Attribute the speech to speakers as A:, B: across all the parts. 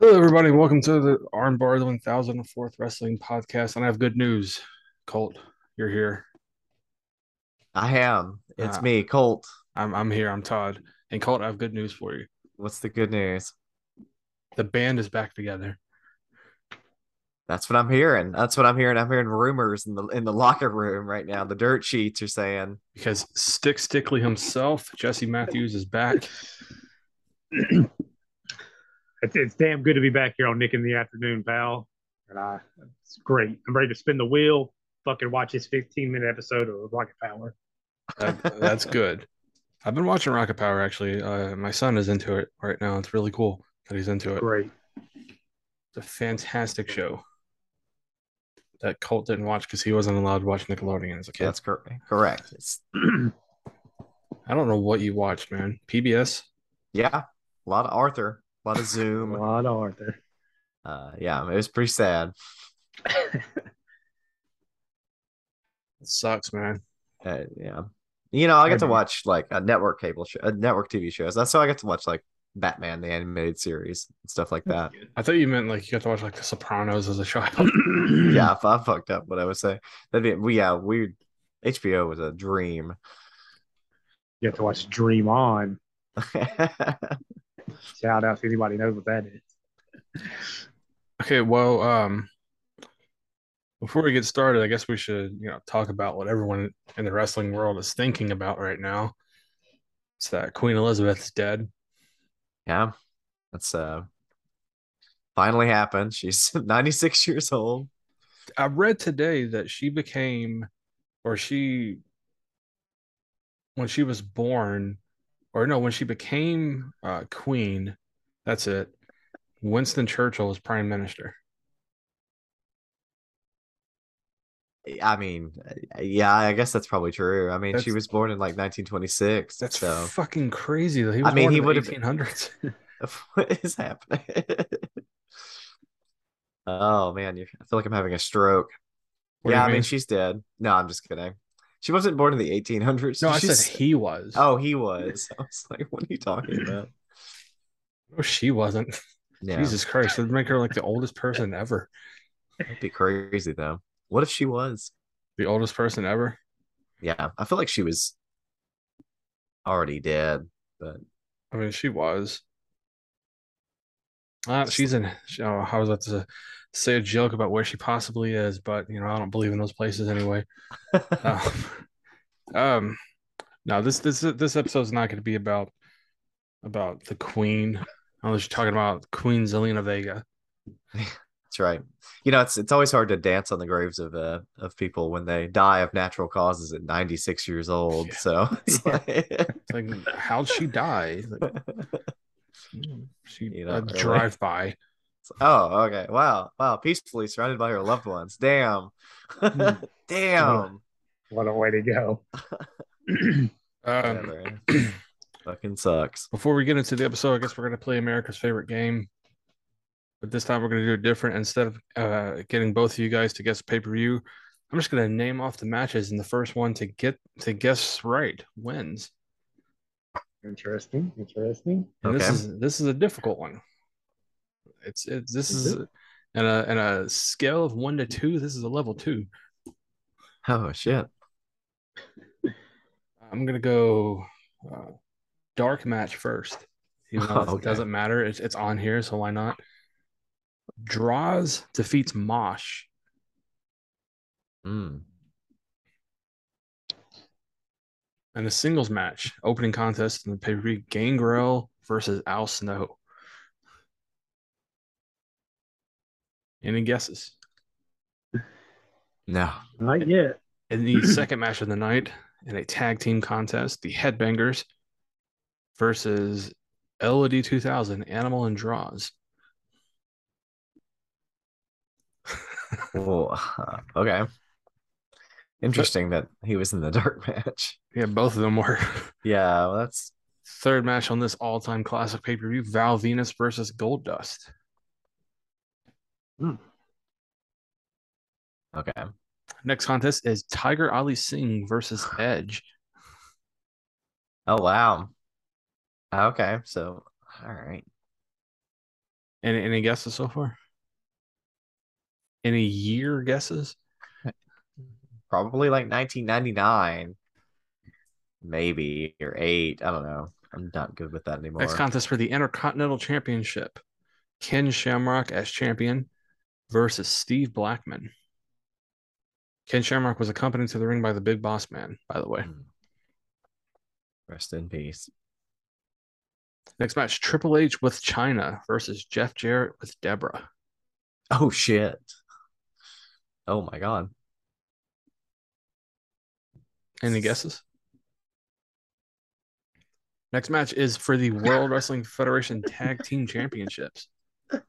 A: Hello, everybody. Welcome to the Armbar the 1004th Wrestling Podcast. And I have good news. Colt, you're here.
B: I am. It's
A: Ah.
B: me, Colt.
A: I'm, I'm here. I'm Todd. And Colt, I have good news for you.
B: What's the good news?
A: The band is back together.
B: That's what I'm hearing. That's what I'm hearing. I'm hearing rumors in the in the locker room right now. The dirt sheets are saying
A: because Stick Stickley himself, Jesse Matthews, is back.
C: It's, it's damn good to be back here on Nick in the afternoon, pal. And I, it's great. I'm ready to spin the wheel. Fucking watch this 15 minute episode of Rocket Power.
A: That- that's good. I've been watching Rocket Power actually. Uh, my son is into it right now. It's really cool that he's into it.
C: Great.
A: It's a fantastic show that Colt didn't watch because he wasn't allowed to watch Nickelodeon as a kid.
B: that's cor- correct. It's
A: I don't know what you watched, man. PBS.
B: yeah, a lot of Arthur, a lot of
C: A
B: Zoom.
C: lot of Arthur.
B: Uh, yeah, it was pretty sad.
A: It sucks, man.
B: Uh, yeah, you know, I get to
A: Mhm.
B: watch like a network cable show, uh, network TV shows. That's how I get to watch like Batman the animated series and stuff like that.
A: I thought you meant like you got to watch like The Sopranos as a child.
B: yeah, if I fucked up what I would say. That'd be we yeah weird. HBO was a dream.
C: You have to watch Dream On. Shout out to anybody who knows what that is.
A: Okay, well, um, before we get started, I guess we should, you know, talk about what everyone in the wrestling world is thinking about right now. It's that Queen Elizabeth's dead.
B: Yeah, that's uh finally happened. She's 96 years old.
A: I read today that she became, or she, when she was born, or no, when she became uh, queen, that's it. Winston Churchill was prime minister.
B: I mean, uh, yeah, I guess that's probably true. I mean, she
A: That's-
B: was born in like 1926.
A: That's
B: so
A: fucking crazy. Though. He
B: I
A: was
B: mean,
A: born
B: he
A: in the
B: would've-
A: 1800s.
B: what is happening? oh man, you, I feel like I'm having a stroke.
A: What do
B: yeah,
A: you
B: I mean,
A: mean?
B: she's dead. No, I'm just kidding. She wasn't born in the 1800s.
A: No, I
B: She's-
A: said he was.
B: Oh, he was. I was like, what are you talking about?
A: No, she wasn't.
B: Yeah,
A: Jesus Christ, that'd make her like the oldest person ever.
B: that'd be crazy though. What if she was?
A: The oldest person ever.
B: Yeah, I feel like she was already dead.
A: I mean, she was. Uh, she's in. she- Oh, I was about to say a joke about where she possibly is, but you know, I don't believe in those places anyway. Um, um, no, this this this episode's not going to be about about the Queen, unless you're talking about Queen Zelina Vega.
B: That's right. You know, it's it's always hard to dance on the graves of uh, of people when they die of natural causes at 96 years old.
A: Yeah.
B: So it's
C: Yeah.
B: like,
A: It's like, how'd she die? Like, mm, she
B: You
A: a
B: don't really-
A: drive by.
B: oh, okay, wow, wow, peacefully surrounded by her loved ones. Damn,
A: Hmm.
B: damn,
C: What a way to go.
B: Yeah,
A: Um,
B: man. fucking sucks.
A: Before we get into the episode, I guess we're going to play America's favorite game. But this time we're going to do it different. Instead of uh, getting both of you guys to guess pay per view, I'm just going to name off the matches, and the first one to get to guess right wins.
C: interesting. Interesting.
A: And this
B: Okay.
A: is this is a difficult one. It's it's this
B: Is
A: is and a and a scale of one to two. This is a level two.
B: Oh shit.
A: I'm gonna go uh, dark match first. Even though
B: Okay.
A: It doesn't matter. It's it's on here, so why not? Draws defeats Mosh.
B: Mm.
A: and a singles match opening contest in the pay per view Gangrel versus Al Snow. Any guesses?
B: No.
C: Not yet.
A: In the second match of the night, in a tag team contest, the Headbangers versus LED 2000, Animal and Draws.
B: Well, okay. Interesting that he was in the dark match.
A: Yeah, both of them were.
B: Yeah, well, that's
A: Third match on this all time classic pay per view Val Venus versus Gold Dust.
B: okay.
A: Next contest is Tiger Ali Singh versus Edge.
B: Oh wow. Okay, so all right.
A: Any, any guesses so far? Any year guesses?
B: Probably like 1999, maybe or eight. I don't know. I'm not good with that anymore.
A: Next contest for the Intercontinental Championship. Ken Shamrock as champion versus Steve Blackman. Ken Shamrock was accompanied to the ring by the Big Boss Man, by the way.
B: Hmm. Rest in peace.
A: Next match Triple H with China versus Jeff Jarrett with Deborah.
B: Oh shit. Oh my god.
A: Any guesses? Next match is for the World Wrestling Federation Tag Team Championships. It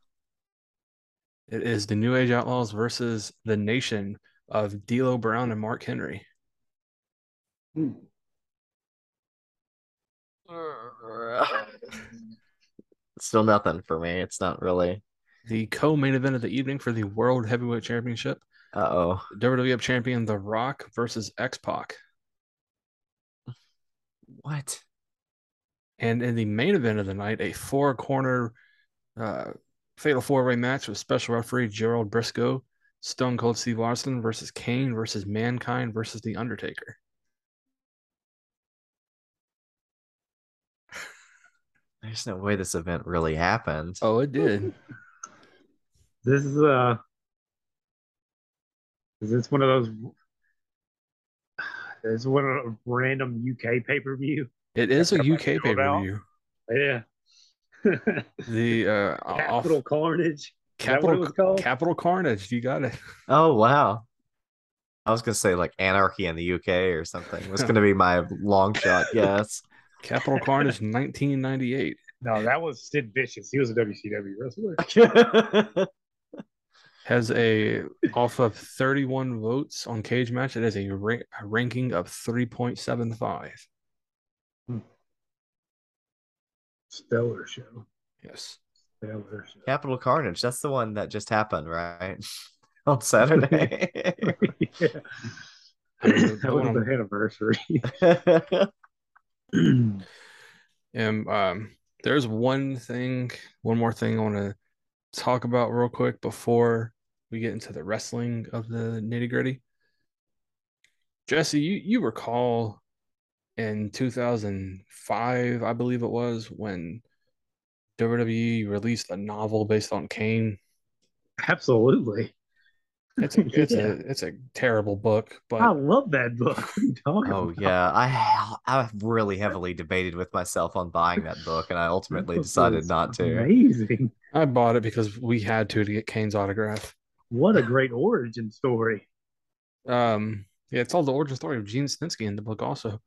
A: is the New Age Outlaws versus the Nation of D'Lo Brown and Mark Henry.
B: Still nothing for me. It's not really.
A: The co-main event of the evening for the World Heavyweight Championship:
B: Uh oh.
A: WWF Champion The Rock versus X Pac.
B: What?
A: And in the main event of the night, a four corner uh, fatal four way match with special referee Gerald Briscoe, Stone Cold Steve Austin versus Kane versus Mankind versus The Undertaker.
B: There's no way this event really happened.
A: Oh, it did.
C: This is uh is this one of those this is one of a random UK pay per view?
A: It is a
C: Am I
A: UK pay
C: sold
A: per
C: out?
A: view.
C: Yeah.
A: The uh, off-
C: Capital Carnage. Is that what it
A: capital
C: was called?
A: capital carnage. You got it.
B: Oh wow. I was gonna say like anarchy in the UK or something. It was gonna be my long shot guess.
A: Capital Carnage, 1998.
C: no, that was Sid Vicious. He was a WCW wrestler.
A: has a off of 31 votes on cage match it has a, ra- a ranking of 3.75
C: Stellar show.
A: yes
C: Stellar show.
B: Capital Carnage. That's the one that just happened, right? On Saturday.
C: yeah. that was the anniversary. That's
A: and um there's one thing one more thing i want to talk about real quick before we get into the wrestling of the nitty gritty jesse you you recall in 2005 i believe it was when wwe released a novel based on kane
C: Absolutely.
A: It's a it's
C: Yeah. Oh.
A: a it's a terrible book, but
C: I love that book. What are you talking
B: Oh
C: about?
B: yeah, I I really heavily debated with myself on buying that book, and I
C: That
B: ultimately
C: book
B: decided
C: was
B: not to.
C: Amazing.
A: I bought it because we had to to get Kane's autograph.
C: What a great origin story.
A: Um, yeah, it's all the origin story of Gene Snitsky in the book. Also,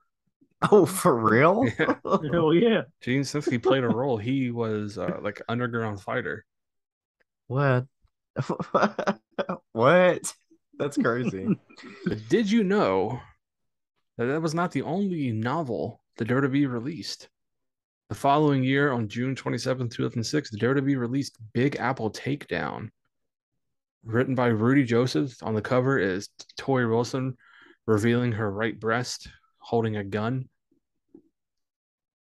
B: Oh, for real?
A: Yeah.
C: Hell yeah.
A: Gene Snitsky played a role. He was uh, like underground fighter.
B: what? what? That's crazy.
A: But did you know that that was not the only novel the WWE released? The following year, on June twenty seventh, 2006, the WWE released Big Apple Takedown. Written by Rudy Joseph, on the cover is Tori Wilson revealing her right breast holding a gun.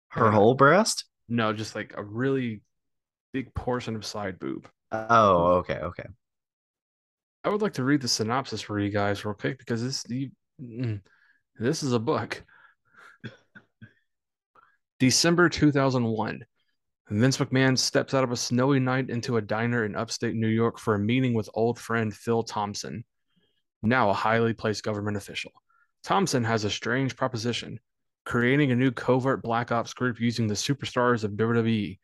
B: Her whole breast?
A: No, just like a really big portion of side boob.
B: Oh, okay, okay.
A: I would like to read the synopsis for you guys real quick because this you, mm, this is a book. December 2001. Vince McMahon steps out of a snowy night into a diner in upstate New York for a meeting with old friend Phil Thompson, now a highly placed government official. Thompson has a strange proposition creating a new covert black ops group using the superstars of WWE.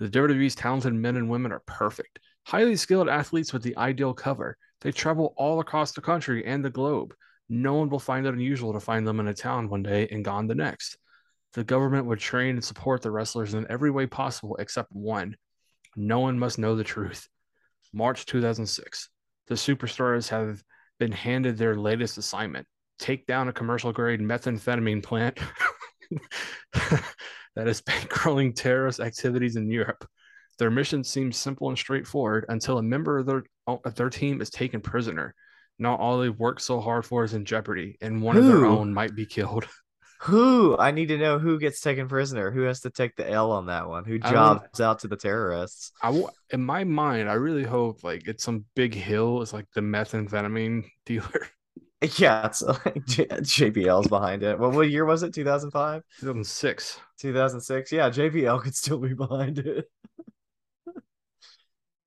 A: The WWE's talented men and women are perfect, highly skilled athletes with the ideal cover. They travel all across the country and the globe. No one will find it unusual to find them in a town one day and gone the next. The government would train and support the wrestlers in every way possible except one. No one must know the truth. March 2006. The superstars have been handed their latest assignment take down a commercial grade methamphetamine plant that is bankrolling terrorist activities in Europe. Their mission seems simple and straightforward until a member of their, of their team is taken prisoner. Not all they've worked so hard for is in jeopardy, and one of their
B: Who?
A: own might be killed.
B: Who I need to know who gets taken prisoner, who has to take the L on that one, who
A: I want-
B: jobs out to the terrorists.
A: I w- in my mind, I really hope like it's some big hill. It's like the methamphetamine dealer.
B: Yeah, it's like J- JBL's behind it. What, what year was it? 2005,
A: 2006.
B: 2006? Yeah, JBL could still be behind it.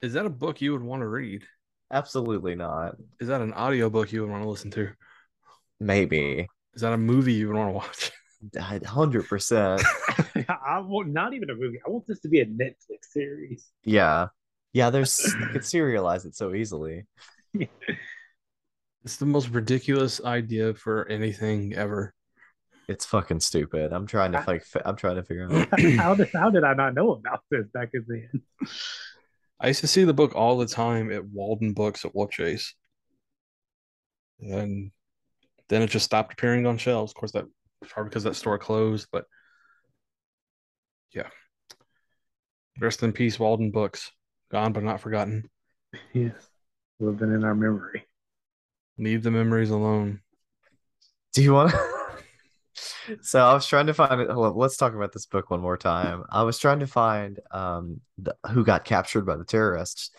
A: Is that a book you would want to read?
B: Absolutely not.
A: Is that an audiobook you would want to listen to?
B: Maybe
A: Is that a movie you would want to watch?
B: hundred percent.
C: I want not even a movie. I want this to be a Netflix series.
B: Yeah, yeah. There's you could serialize it so easily.
A: It's the most ridiculous idea for anything ever.
B: It's fucking stupid. I'm trying to like. fi- I'm trying to figure out.
C: how did how did I not know about this back then?
A: I used to see the book all the time at Walden Books at Wolf Chase. And then it just stopped appearing on shelves. Of course, that probably because that store closed, but yeah. Rest in peace, Walden Books. Gone but not forgotten.
C: Yes, living in our memory.
A: Leave the memories alone.
B: Do you want to? So I was trying to find it. Hold on, let's talk about this book one more time. I was trying to find um the, who got captured by the terrorists.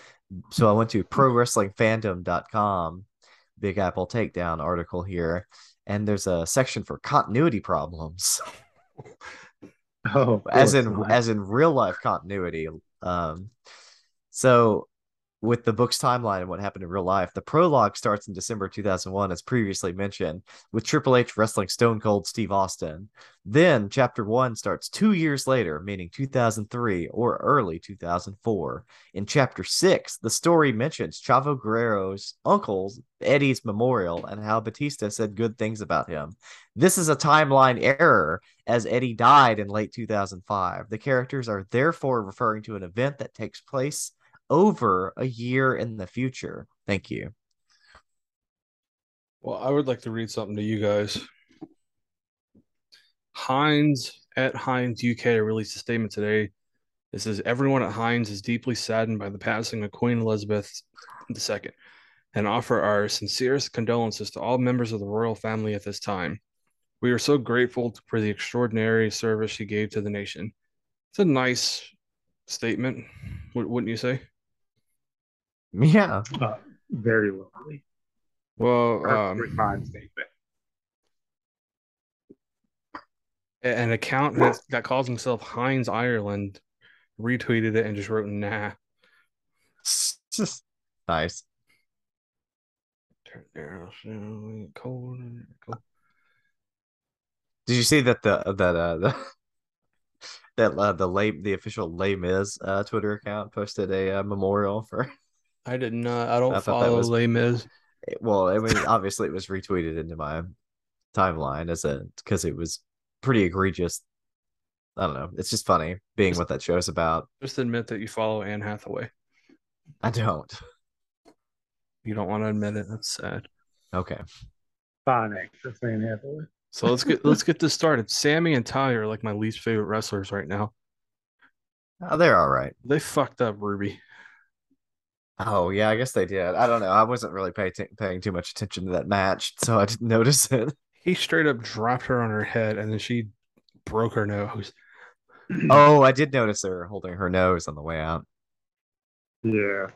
B: So I went to prowrestlingfandom.com, Big Apple takedown article here, and there's a section for continuity problems,
C: Oh,
B: as in as in real life continuity. Um, so with the book's timeline and what happened in real life, the prologue starts in December 2001, as previously mentioned, with Triple H wrestling Stone Cold Steve Austin. Then Chapter 1 starts two years later, meaning 2003 or early 2004. In Chapter 6, the story mentions Chavo Guerrero's uncle's Eddie's memorial and how Batista said good things about him. This is a timeline error, as Eddie died in late 2005. The characters are therefore referring to an event that takes place over a year in the future. Thank you.
A: Well, I would like to read something to you guys. Heinz at Heinz UK released a statement today. It says everyone at Heinz is deeply saddened by the passing of Queen Elizabeth II and offer our sincerest condolences to all members of the royal family at this time. We are so grateful for the extraordinary service she gave to the nation. It's a nice statement, wou- wouldn't you say?
B: Yeah.
C: Uh, very lovely.
A: Well, um,
C: Refined statement.
A: a- an account that, that calls himself Heinz Ireland retweeted it and just wrote nah.
B: nice.
A: Turn arrow, slowly, cold, cold.
B: Did you see that the that uh the that uh, the lay the official lay Miz uh, Twitter account posted a uh, memorial for
A: I did not. I don't
B: I thought that
A: follow
B: was-
A: Les Mis.
B: well I mean obviously it was retweeted into my timeline as a because it was pretty egregious. I don't know. It's just funny being what that show's about.
A: Just admit that you follow Anne Hathaway.
B: I don't.
A: You don't want to admit it. That's sad.
B: Okay.
C: Fine actress, Anne Hathaway.
A: So let's get let's get this started. Sammy and Ty are like my least favorite wrestlers right now.
B: Oh, they're all right.
A: They fucked up Ruby.
B: Oh yeah, I guess they did. I don't know. I wasn't really pay paying too much attention to that match, so I didn't notice it.
A: He straight up dropped her on her head, and then she broke her nose.
B: Oh, I did notice her holding her nose on the way out.
C: Yeah,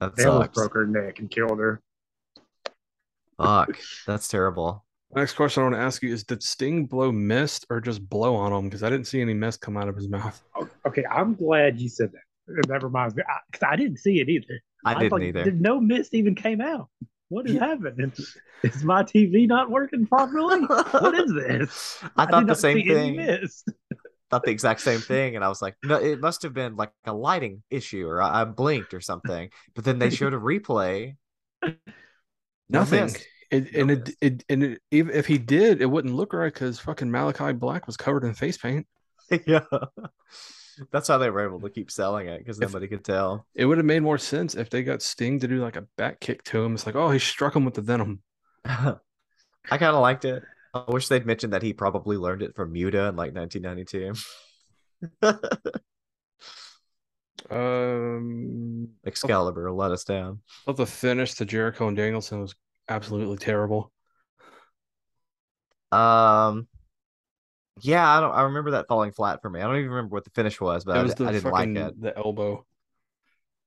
B: That
C: they almost
B: sucks.
C: broke her neck and killed her.
B: Fuck, that's terrible.
A: Next question I want to ask you is: Did Sting blow mist or just blow on him? Because I didn't see any mist come out of his mouth.
C: Okay, I'm glad you said that. That reminds me, because I, didn't see it either.
B: I didn't
C: thought-
B: either.
C: No mist even came out. What is happening? Is my TV not working properly? what is this?
B: I
C: did
B: thought the
C: not
B: same
C: see
B: thing.
C: any mist.
B: Thought the exact same thing, and I was like, "No, it must have been like a lighting issue, or I, I blinked or something." But then they showed a replay. No
A: Nothing.
B: mist.
A: It, and it, it and it, even if he did, it wouldn't look right because fucking Malachi Black was covered in face paint.
B: yeah. That's how they were able to keep selling it because nobody could tell.
A: It would have made more sense if they got Sting to do like a back kick to him. It's like, oh, he struck him with the venom.
B: I kind of liked it. I wish they'd mentioned that he probably learned it from Muta in like 1992.
A: Um,
B: Excalibur let us down.
A: but the finish to Jericho and Danielson was absolutely terrible.
B: Um, yeah, I don't. I remember that falling flat for me. I don't even remember what the finish was, but
A: it
B: I,
A: was
B: di-
A: the
B: I didn't
A: fucking
B: like it.
A: the elbow.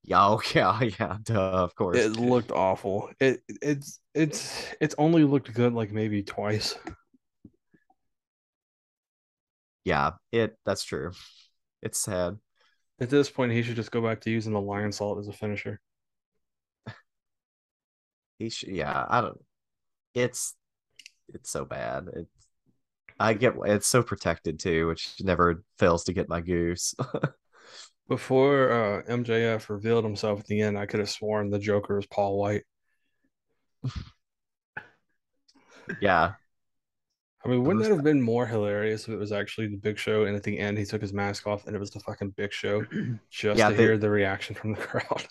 B: Yeah, oh, yeah, yeah. Duh, of course.
A: It looked awful. It it's it's it's only looked good like maybe twice.
B: yeah, it. That's true. It's sad.
A: At this point, he should just go back to using the lion salt as a finisher.
B: He should, yeah, I don't. It's it's so bad. It's I get it's so protected too, which never fails to get my goose.
A: Before uh, MJF revealed himself at the end, I could have sworn the Joker was Paul White.
B: yeah,
A: I mean, wouldn't
B: was
A: that have been more hilarious if it was actually the Big Show and at the end he took his mask off and it was the fucking Big Show just
B: Yeah,
A: to
B: they-
A: hear the reaction from the crowd?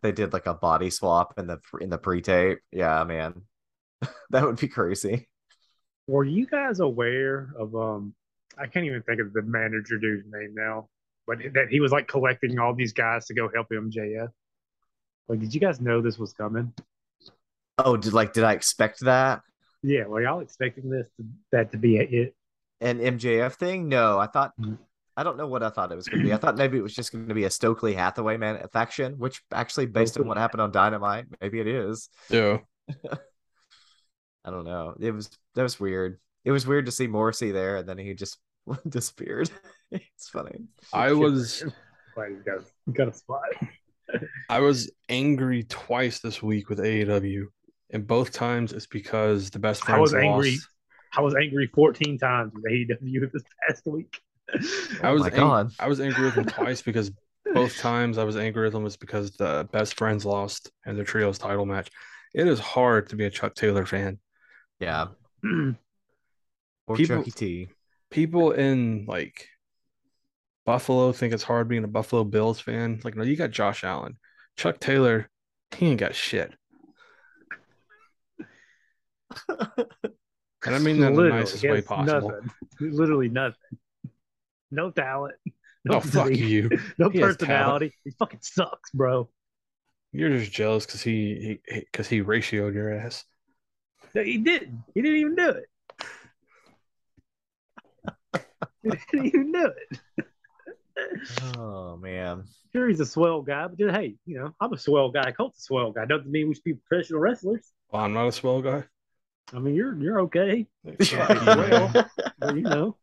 B: they did like a body swap in the in the pre-tape. Yeah, man, that would be crazy.
C: Were you guys aware of um I can't even think of the manager dude's name now, but that he was like collecting all these guys to go help MJF. Like, did you guys know this was coming?
B: Oh, did like did I expect that?
C: Yeah, were y'all expecting this to, that to be it?
B: an MJF thing? No, I thought
C: Mhm.
B: I don't know what I thought it was going to be. I thought maybe it was just going to be a Stokely Hathaway man faction, which actually based on
C: Stokely
B: what happened on Dynamite, maybe it is.
A: Yeah.
B: I don't know. It was that was weird. It was weird to see Morrissey there, and then he just disappeared. it's funny.
A: I
C: Shit.
A: was
C: Like, you got, you got a spot.
A: I was angry twice this week with AEW, and both times it's because the best friends
C: I was angry.
A: lost.
C: I was angry 14 times with AEW this past week.
A: I
B: Oh
A: was
B: my
A: ang-
B: god.
A: I was angry with them twice because both times I was angry with them was because the best friends lost in their trios title match. It is hard to be a Chuck Taylor fan.
B: Yeah. Or
A: People-
B: Chucky T.
A: People in like Buffalo think it's hard being a Buffalo Bills fan. Like, no, you got Josh Allen. Chuck Taylor, he ain't got shit. And I mean that in the
C: Literally,
A: nicest
C: he
A: way
C: has
A: possible.
C: nothing. Literally nothing. No talent. No
A: Oh fuck
C: physique,
A: you.
C: No
A: He has talent.
C: personality. He fucking sucks, bro.
A: You're just jealous because he because he, ratioed your ass.
C: No, he didn't. He didn't even do it. he didn't even do it.
B: Oh man.
C: Sure, he's a swell guy, but just, hey, you know, I'm a swell guy. Colt's a swell guy. Doesn't mean we should be professional wrestlers.
A: Well, I'm not a swell guy.
C: I mean, you're you're okay,
A: Fuck you.
C: but, you know.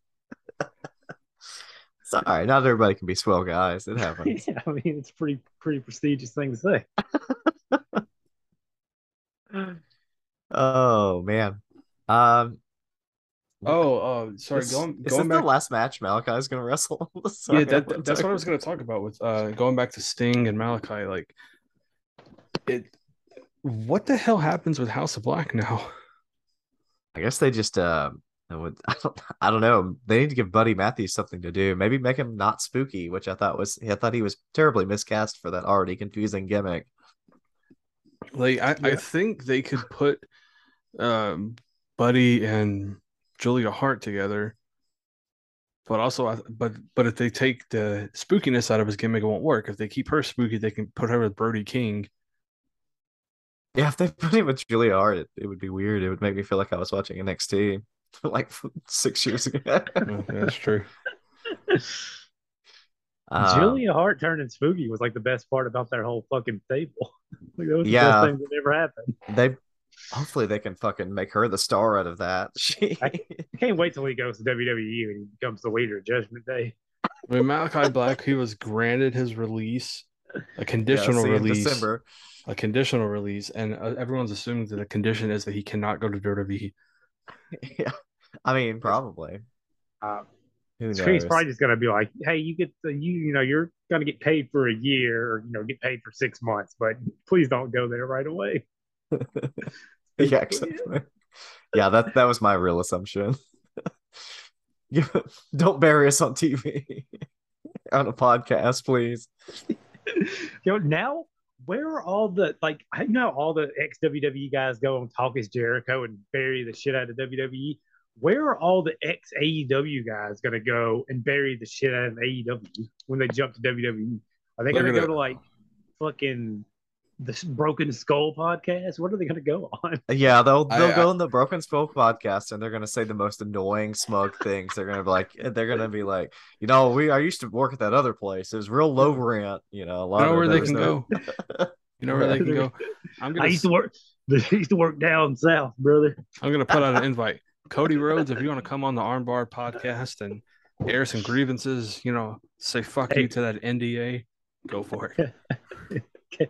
B: Sorry, not everybody can be swell guys. It happens.
C: yeah, I mean, it's a pretty pretty prestigious thing to say.
B: oh man. Um
A: oh, uh, sorry.
B: This-
A: Going going
B: is this
A: back.
B: the last match Malachi is going to wrestle?
A: yeah,
B: Sorry,
A: that,
B: I'm
A: that's what I
B: sorry.
A: was going to talk about with uh, going back to Sting and Malachi. Like, it. What the hell happens with House of Black now?
B: I guess they just uh, I would I don't I don't know. They need to give Buddy Matthews something to do. Maybe make him not spooky, which I thought was I thought he was terribly miscast for that already confusing gimmick.
A: Like, I, I
C: Yeah.
A: think they could put um, Buddy and Julia Hart together, but also, I- but but if they take the spookiness out of his gimmick, it won't work. If they keep her spooky, they can put her with Brody King.
B: Yeah, if they put him with Julia Hart, it, it would be weird. It would make me feel like I was watching NXT like six years ago.
A: Yeah, that's true.
B: Um,
C: Julia Hart turning spooky was like the best part about their whole fucking table. like that was the
B: Yeah.
C: best thing that ever happened.
B: They hopefully they can fucking make her the star out of that. She
C: I- I can't wait till he goes to WWE and he becomes the leader of Judgment Day.
A: I mean, Malachi Black, he was granted his release, a
B: Yeah,
A: conditional
B: see you in
A: release,
B: December.
A: a conditional release, and uh, everyone's assuming that the condition is that he cannot go to WWE.
B: Yeah. I mean, probably.
C: Uh,
B: Who knows?
C: so he's probably just gonna be like, "Hey, you get the, you you know you're gonna get paid for a year, or you know get paid for six months, but please don't go there right away."
B: yeah, exactly. yeah, that that was my real assumption. Yeah, Don't bury us on TV, on a podcast, please.
C: You know, now where are all the like? I know all the ex WWE guys go on Talk Is Jericho and bury the shit out of WWE. Where are all the ex AEW guys gonna go and bury the shit out of AEW when they jump to WWE? Are they
A: Look
C: gonna
A: at
C: go
A: that.
C: to like fucking the Broken Skull podcast? What are they gonna go on?
B: Yeah, they'll
A: I-
B: they'll
A: I-
B: go in the Broken Skull podcast and they're gonna say the most annoying smug things. They're gonna be like, eh, they're gonna be like, you know, we I used to work at that other place. It was real low rent. You know, a lot
A: You know
B: of
A: where they
B: those
A: can
B: are-
A: go. You know where they can go. I'm
C: I
A: gonna
C: used to work. I used to work down south, brother.
A: I'm gonna put out an invite. Cody Rhodes, if you want to come on the Armbar podcast and air some grievances, you know, say fuck
C: Hey.
A: you to that NDA, go for it.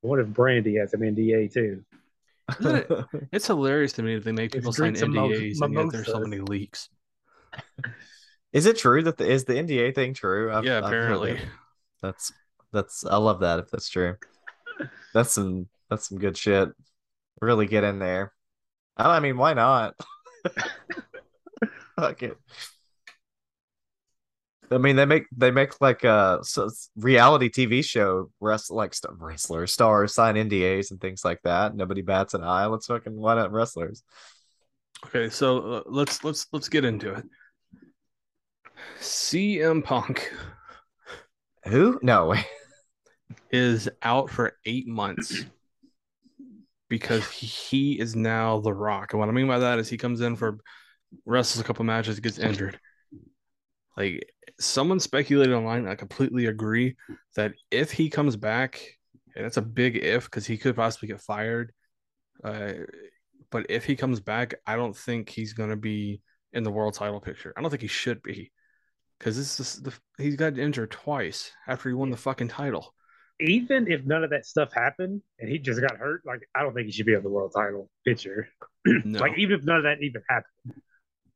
C: What if Brandy has an NDA too?
A: Isn't it- It's hilarious to me that they make
C: It's
A: people sign
C: drinks and mo-
A: NDAs and yet there's so
C: mimosas.
A: many leaks.
B: Is it true that the, is the NDA thing true? I've-
A: yeah,
B: I've heard
A: apparently.
B: it. That's that's I love that if that's true. That's some that's some good shit. Really get in there. I I mean, why not? Fuck it. I mean, they make they make like a reality TV show wrest like st- wrestlers stars sign NDAs and things like that. Nobody bats an eye. Let's fucking why not wrestlers?
A: Okay, so uh, let's let's let's get into it. CM Punk
B: Who? No way.
A: is out for eight months because he is now the rock. And what I mean by that is he comes in for wrestles a couple matches, gets injured. Like someone speculated online, I completely agree that if he comes back, and it's a big if because he could possibly get fired. Uh, but if he comes back, I don't think he's going to be in the world title picture. I don't think he should be because this is the, he's got injured twice after he won the fucking title.
C: Even if none of that stuff happened and he just got hurt, like I don't think he should be on the world title picture.
A: No.
C: Like even if none of that even happened,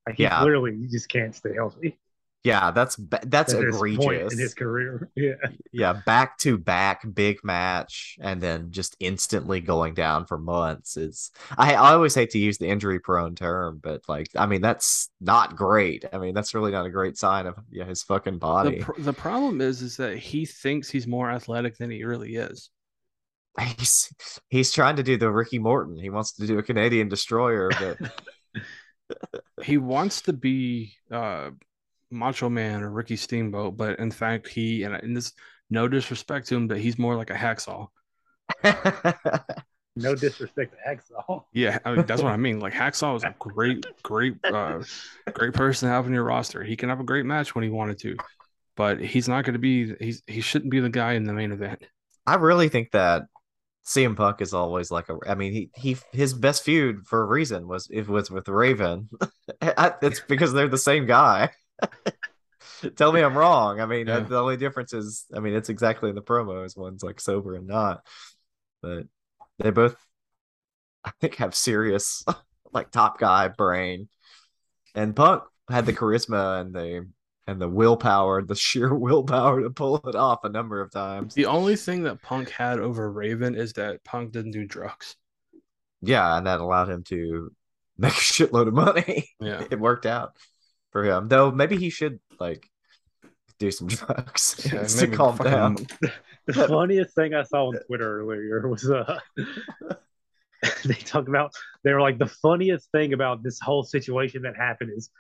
C: like he
B: Yeah.
C: clearly he just can't stay healthy.
B: Yeah, that's ba- that's
C: at this point
B: egregious.
C: in his career. Yeah,
B: yeah, back to back big match, and then just instantly going down for months is. I, I always hate to use the injury prone term, but like, I mean, that's not great. I mean, that's really not a great sign of yeah, his fucking
A: the,
B: body.
A: pr- the problem is is that he thinks he's more athletic than he really is.
B: he's he's trying to do the Ricky Morton. He wants to do a Canadian destroyer, but
A: He wants to be uh, Macho Man or Ricky Steamboat, but in fact, he and, and this no disrespect to him, but he's more like a hacksaw.
C: no disrespect to Axel.
A: Yeah, I mean, that's what I mean. Like hacksaw is a great, great, uh, great person to have in your roster. He can have a great match when he wanted to, but he's not going to be. He's he shouldn't be the guy in the main event.
B: I really think that CM Punk is always like a. I mean, he he his best feud for a reason was it was with Raven. I- it's because they're the same guy. Tell me I'm wrong. I mean, uh,
A: Yeah.
B: the only difference is, I mean, it's exactly in the promos. One's like sober and not, but they both, I think, have serious like top guy brain. And Punk had the charisma and the and the willpower, the sheer willpower to pull it off a number of times.
A: The only thing that Punk had over Raven is that Punk didn't do drugs.
B: yeah, and that allowed him to make a shitload of money.
A: Yeah.
B: it worked out for him, though. Maybe he should like do some drugs
A: Yeah, it
B: to
A: made me
B: calm
A: fucking-
B: down.
C: The funniest thing I saw on Twitter earlier was uh, they talk about they were like the funniest thing about this whole situation that happened is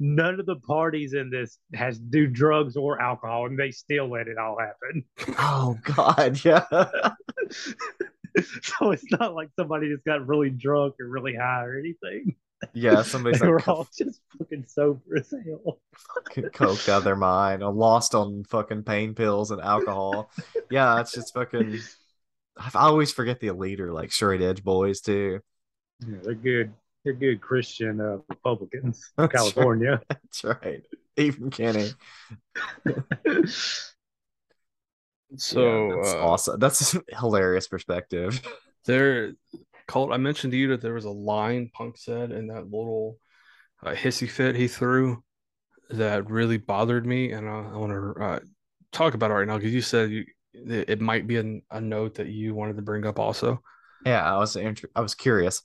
C: none of the parties in this has do drugs or alcohol, and they still let it all happen.
B: Oh God, yeah,
C: so it's not like somebody just got really drunk or really high or anything.
B: yeah. Somebody's
C: they were
B: like
C: all just fucking sober as hell.
B: fucking coked out of their mind, or lost on fucking pain pills and alcohol. yeah, it's just fucking. I always forget the elite or like straight edge boys too.
C: Yeah, they're good. They're good Christian uh, Republicans,
B: That's right.
C: California.
B: That's right. Even Kenny.
A: So
B: Yeah, that's
A: uh,
B: awesome. That's a hilarious perspective.
A: There, Colt, I mentioned to you that there was a line Punk said in that little uh, hissy fit he threw that really bothered me, and I, I want to uh, talk about it right now because you said you, it it might be an, a note that you wanted to bring up also.
B: Yeah, I was inter- I was curious.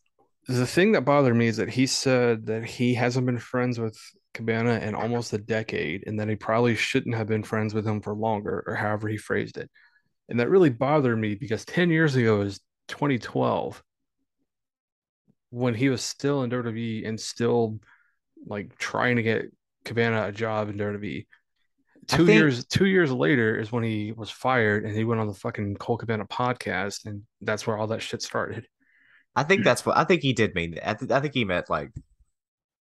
A: The thing that bothered me is that he said that he hasn't been friends with Cabana in almost a decade, and that he probably shouldn't have been friends with him for longer, or however he phrased it. And that really bothered me because 10 years ago is 2012 when he was still in WWE and still like trying to get Cabana a job in WWE.
B: I
A: Two
B: think-
A: years two years later is when he was fired and he went on the fucking Cole Cabana podcast and that's where all that shit started.
B: I think that's what I think he did mean. that. I, th- I think he meant like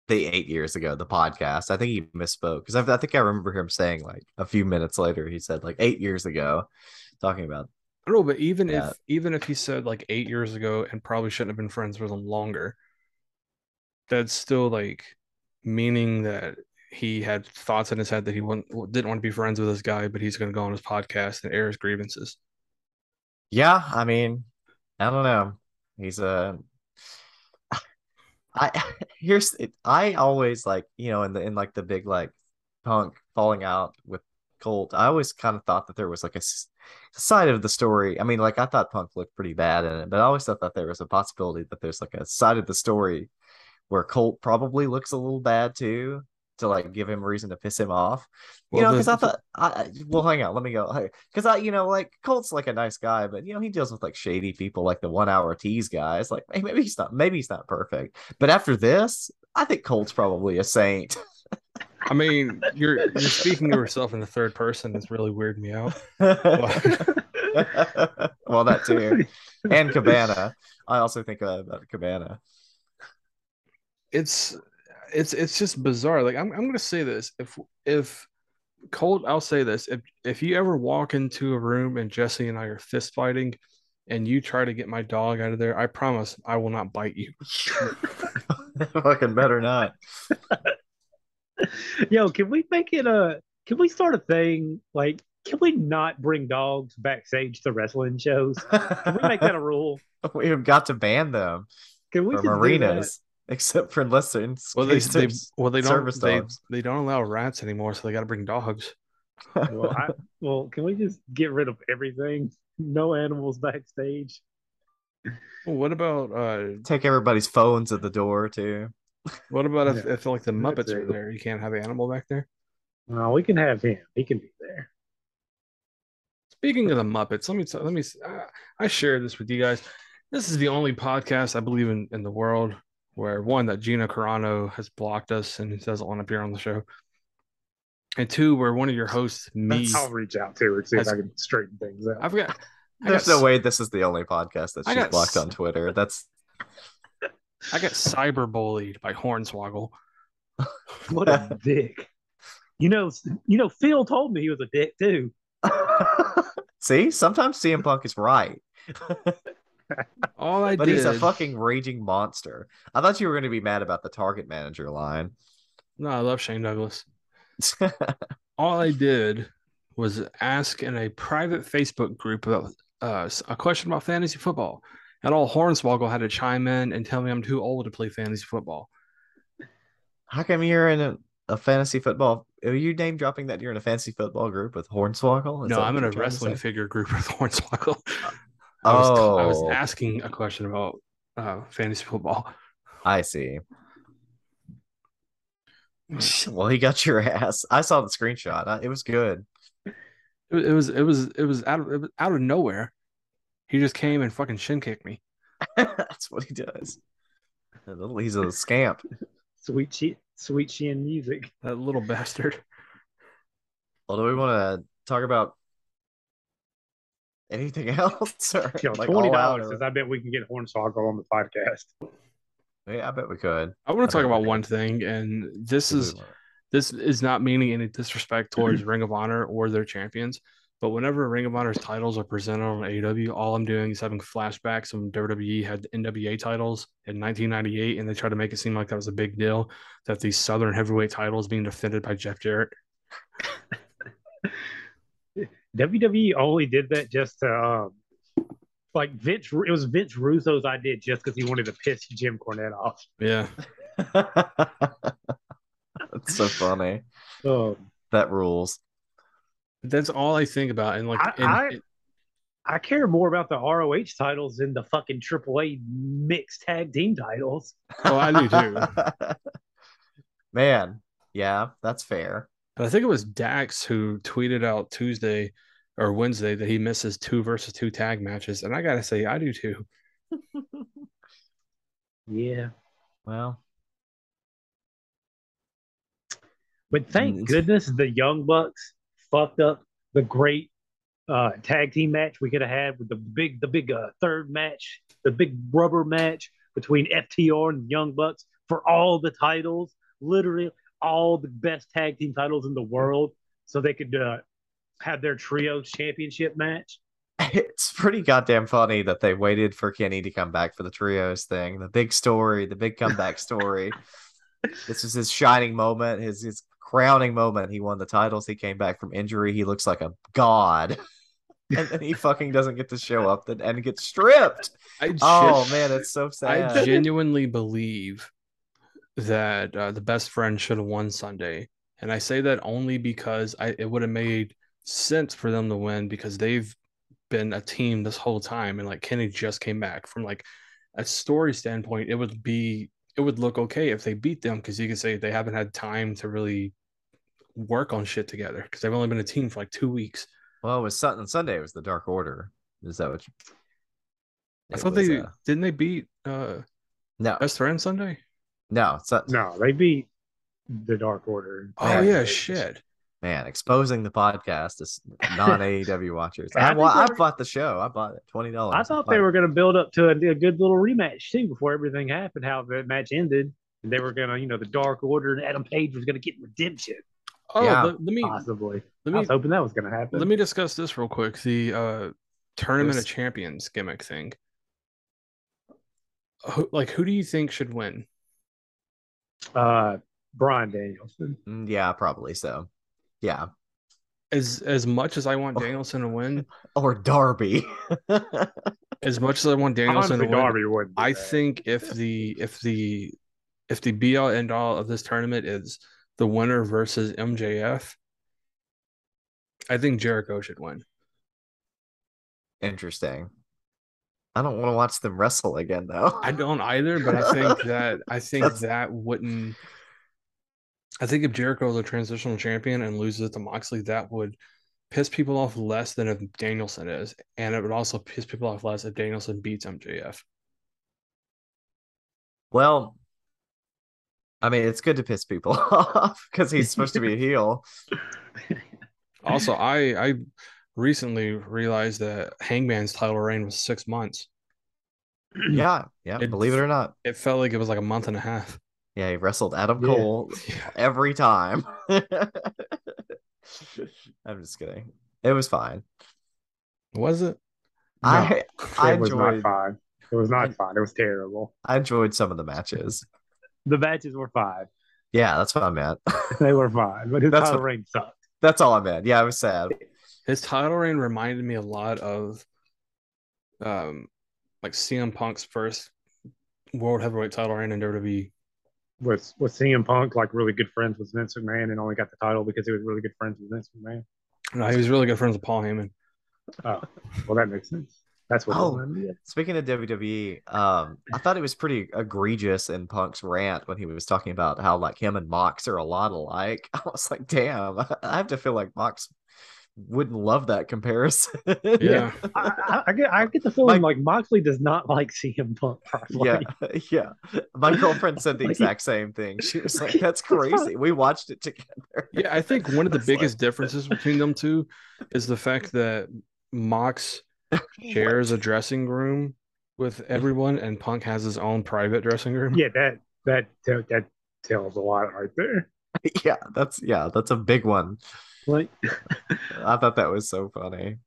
B: the eight years ago, the podcast. I think he misspoke because I, I think I remember him saying like a few minutes later, he said like eight years ago, talking about
A: I don't know, but even
B: Yeah.
A: if even if he said like eight years ago and probably shouldn't have been friends with him longer, that's still like meaning that he had thoughts in his head that he want, didn't want to be friends with this guy, but he's going to go on his podcast and air his grievances.
B: Yeah, I mean, I don't know. He's a I here's I always like, you know, in the in like the big like punk falling out with Colt, I always kind of thought that there was like a s- side of the story. I mean, like I thought Punk looked pretty bad in it, but I always thought that there was a possibility that there's like a side of the story where Colt probably looks a little bad too, to like give him reason to piss him off you know,
A: the-
B: because I thought, I, I- well, hang on, let me go. Because I, you know, like Colt's like a nice guy, but you know, he deals with like shady people, like the one hour tease guys. Like hey, maybe he's not, maybe he's not perfect. But after this, I think Colt's probably a saint.
A: I mean, you're you're speaking to yourself in the third person. That's really weirded me out.
B: well, that too, and Cabana. I also think uh, about Cabana.
A: It's it's it's just bizarre. Like I'm I'm gonna say this if if Colt, I'll say this if if you ever walk into a room and Jesse and I are fist fighting, and you try to get my dog out of there, I promise I will not bite you.
B: Fucking better not.
C: Yo, can we make it a? Can we start a thing like? Can we not bring dogs backstage to wrestling shows? Can we make that a rule?
B: we have got to ban them
C: Can we
B: from
C: just do that?
B: arenas, except for unless they're in
A: Well, they,
B: case
A: they
B: there's-
A: well they
B: service
A: don't they,
B: dogs.
A: they don't allow rats anymore, so they got to bring dogs.
C: Well, I, well, can we just get rid of everything? No animals backstage.
A: Well, what about uh
B: take everybody's phones at the door too.
A: what about if,
C: Yeah.
A: if like the
C: That's
A: Muppets are
C: it.
A: there? You can't have an animal back there.
C: No, Oh, we can have him. He can be there.
A: Speaking of the Muppets, let me tell, let me. Uh, I shared this with you guys. This is the only podcast I believe in in the world where one that Gina Carano has blocked us and doesn't want to appear on the show, and two where one of your hosts me.
B: That's-
C: I'll reach out to her and see if
A: That's-
C: I can straighten things out.
A: I've got. I
B: There's
A: got,
B: no way this is the only podcast that
A: I
B: she's
A: got
B: blocked
A: s-
B: on Twitter. That's
A: I got cyberbullied by Hornswoggle.
C: What a dick. You know, you know, Phil told me he was a dick too.
B: see, sometimes CM Punk is right,
A: All I
B: but
A: did.
B: he's a fucking raging monster. I thought you were going to be mad about the target manager line.
A: no, I love Shane Douglas. all I did was ask in a private Facebook group about uh, a question about fantasy football, and all Hornswoggle had to chime in and tell me I'm too old to play fantasy football.
B: How come you're in a, a fantasy football? Are you name dropping that you're in a fantasy football group with Hornswoggle? Oh, Is
A: no,
B: that
A: I'm in
B: what
A: a
B: you're trying to
A: wrestling
B: say?
A: figure group with Hornswoggle. I was,
B: Oh,
A: I was asking a question about uh, fantasy football.
B: I see. Well, he got your ass. I saw the screenshot. I- It was good.
A: It, it was it was it was out of it was out of nowhere. He just came and fucking shin kicked me.
B: That's what he does. A little- He's a scamp.
C: Sweet she, sweet she in music.
A: That little bastard.
B: Well, do we want to talk about anything else? Or,
C: Yo,
B: like,
C: twenty
B: all out,
C: dollars
B: or-
C: says I bet we can get Hornswoggle on the podcast.
B: Yeah, I bet we could.
A: I want
B: I
A: to talk
B: don't
A: about
B: know.
A: one thing, and this
B: If we
A: is
B: want.
A: this is not meaning any disrespect towards Ring of Honor or their champions, but whenever Ring of Honor's titles are presented on AEW, all I'm doing is having flashbacks when WWE had the NWA titles in 1998, and they tried to make it seem like that was a big deal that the Southern heavyweight title is being defended by Jeff Jarrett.
C: WWE E only did that just to, um, like Vince. It was Vince Russo's idea just because he wanted to piss Jim Cornette off.
A: Yeah,
B: That's so funny.
C: Um,
B: That rules.
A: that's all I think about. And like,
C: I-
A: and
C: I-
A: it-
C: I care more about the ROH titles than the fucking AAA mixed tag team titles.
A: Oh, I do too.
B: Man, yeah, that's fair.
A: But I think it was Dax who tweeted out Tuesday or Wednesday that he misses two versus two tag matches, and I gotta say, I do too.
C: Yeah.
B: Well,
C: But
B: Mm.
A: Mm-hmm.
C: thank goodness the Young Bucks fucked up the great uh, tag team match we could have had with the big the big uh, third match, the big rubber match between FTR and the Young Bucks for all the titles, literally all the best tag team titles in the world, so they could uh, have their trio championship match.
B: it's pretty goddamn funny that they waited for Kenny to come back for the trios thing. The big story, the big comeback story. this was his shining moment, his his crowning moment. He won the titles. He came back from injury. He looks like a god. and then he fucking doesn't get to show up then and gets stripped.
A: I
B: Oh
A: gen-
B: man, it's so sad.
A: I genuinely believe that uh, the best friend should have won Sunday, and I say that only because I it would have made sense for them to win because they've been a team this whole time, and like Kenny just came back from like a story standpoint, it would be it would look okay if they beat them because you could say they haven't had time to really work on shit together because they've only been a team for like two weeks.
B: Well, it was Sun- Sunday. It was the Dark Order. Is that what? You...
A: I
B: It
A: thought
B: was,
A: they
B: uh,
A: didn't they beat uh
B: no,
A: best friend Sunday.
B: no. It's not...
C: No, they beat the Dark Order.
A: Oh
B: Yeah,
A: yeah,
C: They-
A: shit.
B: Man, exposing the podcast is non AEW watchers.
C: I
B: I,
C: think
B: wa- I
C: they're-
B: bought the show. I bought it twenty dollars.
C: I thought they were going to build up to a, a good little rematch too before everything happened, how the match ended. And they were going to, you know, the Dark Order and Adam Page was going to get redemption,
A: Oh,
B: Yeah.
A: let, let me
C: possibly.
A: let
C: I
A: me
C: was hoping that was going to happen.
A: let me discuss this real quick. The uh tournament
B: Yes.
A: of champions gimmick thing. Who, like, who do you think should win?
C: uh, Brian Danielson.
B: Mm, Yeah, probably so. Yeah,
A: As as much as I want
B: Oh.
A: Danielson to win,
B: or Darby.
A: as much as I want Danielson
C: Honestly,
A: to win,
C: Darby wouldn't do
A: I
C: that.
A: think if the if the if the be all end all of this tournament is the winner versus MJF, I think Jericho should win.
B: Interesting. I don't want to watch them wrestle again though.
A: I don't either, but I think that I think
B: That's-
A: that wouldn't. I think if Jericho is a transitional champion and loses to Moxley, that would piss people off less than if Danielson is, and it would also piss people off less if Danielson beats MJF.
B: Well, I mean, it's good to piss people off because he's supposed to be a heel.
A: Also, I I recently realized that Hangman's title reign was six months.
B: Yeah, yeah.
A: It's-
B: Believe it or not,
A: It felt like it was like a month and a half.
B: yeah, he wrestled Adam
C: Yeah.
B: Cole every time. I'm just kidding. It was fine.
A: Was it?
B: I I
C: it was
B: enjoyed-
C: not fine. It was
B: I-
C: not fine. It was terrible.
B: I enjoyed some of the matches.
C: The matches were fine.
B: Yeah, that's what I meant.
C: They were fine, but his
B: That's
C: title
B: what-
C: reign sucked.
B: that's all I meant. Yeah, I was sad.
A: His title reign reminded me a lot of um like CM Punk's first world heavyweight title reign in E. WWE.
C: Was was CM Punk like really good friends with Vince McMahon and only got the title because he was really good friends with Vince McMahon?
A: No, Uh, he was really good friends with Paul Heyman.
C: Oh, well, that makes sense. That's what.
B: Oh.
C: it was.
B: Speaking of WWE, um, I thought it was pretty egregious in Punk's rant when he was talking about how like him and Mox are a lot alike. I was like, damn, I have to feel like Mox wouldn't love that comparison.
A: Yeah.
C: I, I- I get I get the feeling like, Moxley does not like CM Punk properly.
B: yeah, yeah. My girlfriend said the
C: Like-
B: exact same thing. She was like, "That's
C: That's right.
B: crazy." We watched it together.
A: yeah. I think one of the
B: It's like-
A: biggest differences between them two is the fact that Mox shares a dressing room with everyone, and Punk has his own private dressing room.
C: Yeah, that that te- that tells a lot right there.
B: yeah, that's yeah, that's a big one.
C: Like
B: I thought that was so funny.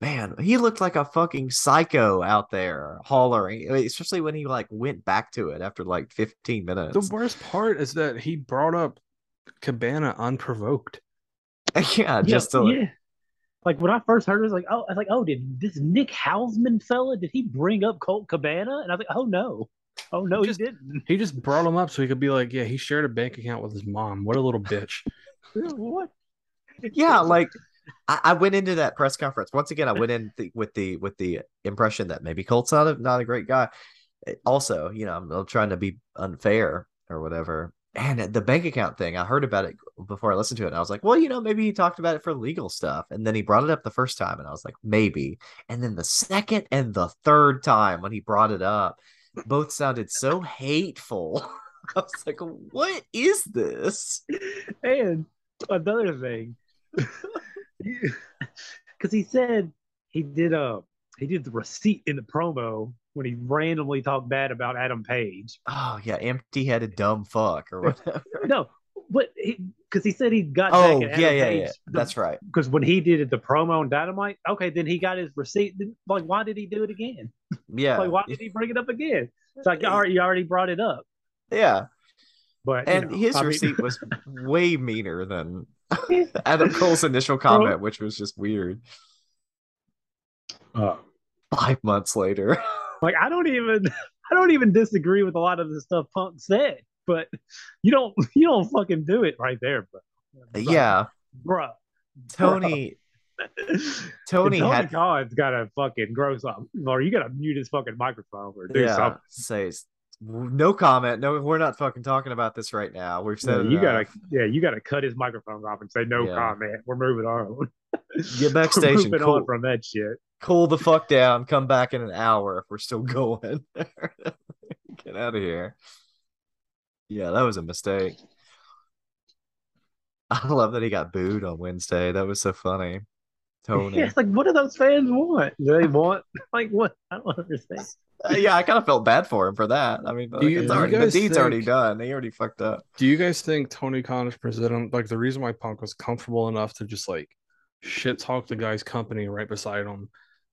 B: Man, he looked like a fucking psycho out there hollering, I mean, especially when he like went back to it after like 15
A: The
B: minutes.
A: worst part is that he brought up Cabana unprovoked.
B: yeah,
C: yeah,
B: just to,
C: yeah. Like when I first heard it, I was like, oh, I was like, oh, did this Nick Hausman fella did he bring up Colt Cabana? And I was like, oh no, oh no,
A: Just-
C: he didn't.
A: He just brought him up so he could be like, "Yeah, he shared a bank account with his mom. What a little bitch."
C: What?
B: yeah, like I, I went into that press conference once again. I went in th- with the with the impression that maybe Colt's not a not a great guy. Also, you know, I'm, I'm trying to be unfair or whatever. And the bank account thing, I heard about it before I listened to it. And I was like, well, you know, maybe he talked about it for legal stuff. And then he brought it up the first time, and I was like, maybe. And then the second and the third time when he brought it up, both sounded so hateful. I was like, what is this?
C: And another thing, because he said he did a he did the receipt in the promo when he randomly talked bad about Adam Page.
B: Oh yeah, empty headed dumb fuck or whatever.
C: No, but because he, said he got
B: oh
C: back at Adam
B: yeah, yeah,
C: Page
B: yeah. That's right.
C: because when he did it the promo on Dynamite, okay, then he got his receipt. Then, Like, why did he do it again?
B: Yeah,
C: Like, why did he bring it up again? It's like, all right, you already brought it up,
B: yeah.
C: but you
B: And
C: know,
B: his
C: I mean,
B: receipt was way meaner than Adam Cole's initial comment, which was just weird.
C: uh,
B: Five months later.
C: like I don't even I don't even disagree with a lot of the stuff Punk said, but you don't you don't fucking do it right there, bro.
B: yeah,
C: bro.
B: Tony.
C: Tony,
B: Tony had
C: Khan's got to fucking grow something, or you got to mute his fucking microphone or do
B: yeah
C: something.
B: says no comment. No, we're not fucking talking about this right now. We've said
C: you
B: enough."
C: gotta, yeah, you gotta cut his microphone off and say no
B: Yeah.
C: comment. We're moving on.
B: Get backstage
C: We're
B: and
C: moving
B: cool.
C: on from that shit.
B: cool the fuck down. Come back in an hour if we're still going. Get out of here. Yeah, that was a mistake. I love that he got booed on Wednesday. That was so funny.
C: Yeah,
B: Tony.
C: it's like what do those fans want? Do they want like what? I don't understand.
B: Uh, yeah, I kind of felt bad for him for that. I mean, like,
A: you-
B: it's
A: do you
B: already, the
A: guys
B: deed's already
A: think-
B: done. He already fucked up.
A: Do you guys think Tony Khan is president? Like the reason why Punk was comfortable enough to just like shit talk the guy's company right beside him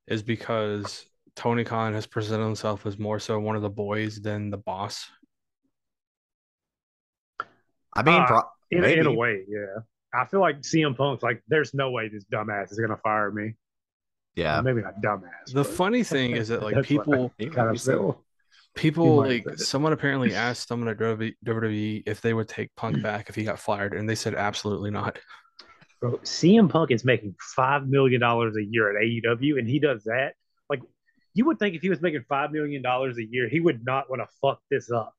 A: is because Tony Khan has presented himself as more so one of the boys than the boss.
B: I mean,
C: Uh,
B: pro-
C: In, in a
B: Maybe.
C: way, yeah. I feel like CM Punk's like, there's no way this dumbass is gonna fire me.
B: yeah.
C: Maybe not dumbass.
A: The
C: but
A: funny thing is that like
C: That's what I-
A: people
B: he
C: kind
B: might be
C: of
B: silly.
C: feel.
A: people
C: might have
A: like
C: said it.
A: someone apparently asked someone at E, WWE if they would take
C: Mm.
A: Punk back if he got fired, and they said absolutely not.
C: Bro, CM Punk is making five million dollars a year at AEW, and he does that. Like, you would think if he was making five million dollars a year, he would not want to fuck this up.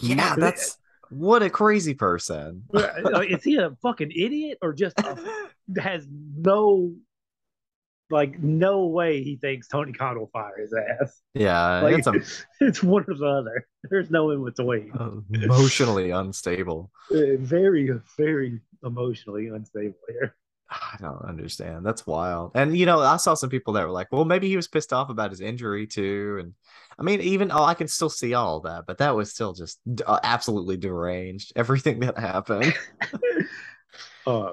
B: Yeah, that's what a crazy person.
C: Like, is he a fucking idiot or just a has no like no way he thinks Tony Khan will fire his ass.
B: yeah,
C: Like,
B: Uh, it's a,
C: it's one or the other. There's no in between.
B: emotionally unstable.
C: Uh, Very, very emotionally unstable here.
B: I don't understand. That's wild. And you know, I saw some people that were like, "Well, maybe he was pissed off about his injury too." And I mean, even oh, I can still see all that, but that was still just d- uh, absolutely deranged. Everything that happened.
C: Uh,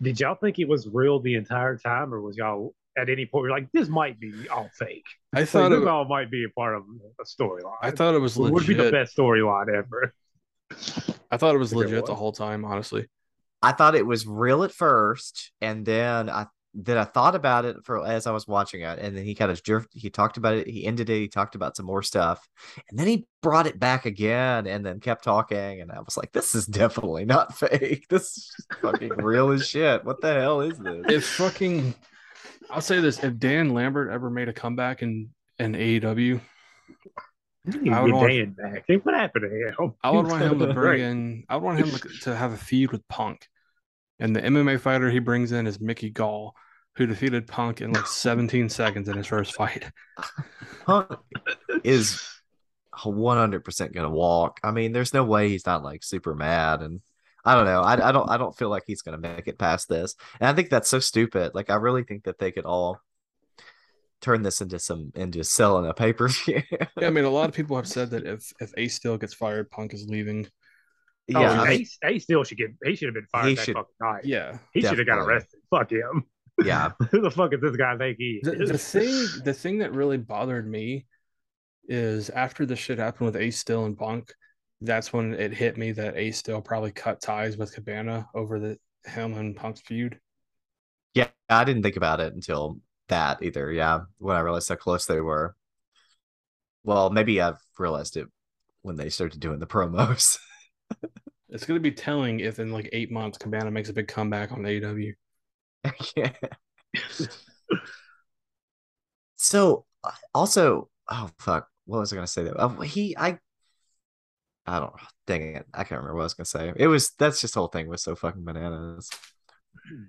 C: did y'all think it was real the entire time, or was y'all at any point you're like, this might be all fake?
A: I
C: Like,
A: thought
C: this
A: it,
C: all might be a part of a storyline.
A: I thought it was
C: it would be the
A: legit.
C: best storyline ever.
A: I thought it was
C: Think it
A: legit the
C: was.
A: whole time, honestly.
B: I thought it was real at first, and then I then I thought about it for as I was watching it, and then he kind of jerked. He talked about it. He ended it. He talked about some more stuff, and then he brought it back again, and then kept talking. And I was like, "This is definitely not fake. This is just fucking real as shit. What the hell is this?"
A: if fucking I'll say this, if Dan Lambert ever made a comeback in in E AEW,
C: You need
A: I
C: to
A: would
C: get
A: want-
C: Dan back. Hey, what happened to him?
A: I would want him to
C: Right.
A: bring in I would want him to, to have a feud with Punk. And the MMA fighter he brings in is Mickey Gall, who defeated Punk in like 17 seconds in his first fight.
B: Punk is 100% gonna walk. I mean, there's no way he's not like super mad and I don't know. I, I don't I don't feel like he's gonna make it past this. And I think that's so stupid. Like I really think that they could all turn this into some into selling a pay-per-view.
A: Yeah, I mean, a lot of people have said that if if Ace Steel gets fired, Punk is leaving.
C: Oh,
A: uh,
B: yeah, I mean,
C: Ace, Ace still should get. He should have been fired
B: He
C: that
B: should-
C: fucking night.
A: Yeah.
C: he should have got
B: definitely.
C: arrested. Fuck him.
B: yeah.
C: Who the fuck is this guy think he
A: The,
C: is?
A: the thing the thing that really bothered me is after this shit happened with Ace Steel and Punk, that's when it hit me that Ace Steel probably cut ties with Cabana over the him and Punk's feud.
B: Yeah. I didn't think about it until that either. Yeah. When I realized how close they were. Well, maybe I've realized it when they started doing the promos.
A: It's gonna be telling if in like eight months Cabana makes a E big comeback on AEW.
B: yeah. so uh, also, oh fuck, what was I gonna say though? Uh, he, I, I don't. Dang it, I can't remember what I was gonna say. It was that's just the whole thing was so fucking bananas.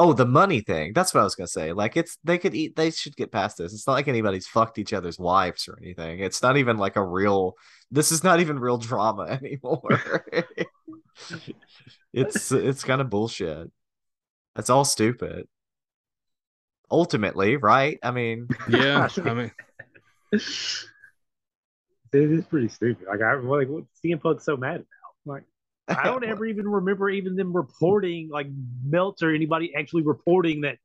B: Oh, the money thing. That's what I was gonna say. Like it's they could eat. They should get past this. It's not like anybody's fucked each other's wives or anything. It's not even like a real. This is not even real drama anymore. it's it's kind of bullshit. It's all stupid. Ultimately, right? I mean,
A: Yeah, I mean,
C: it is pretty stupid. Like I like what CM Punk's so mad about. Like I don't ever even remember even them reporting like Meltz or anybody actually reporting that.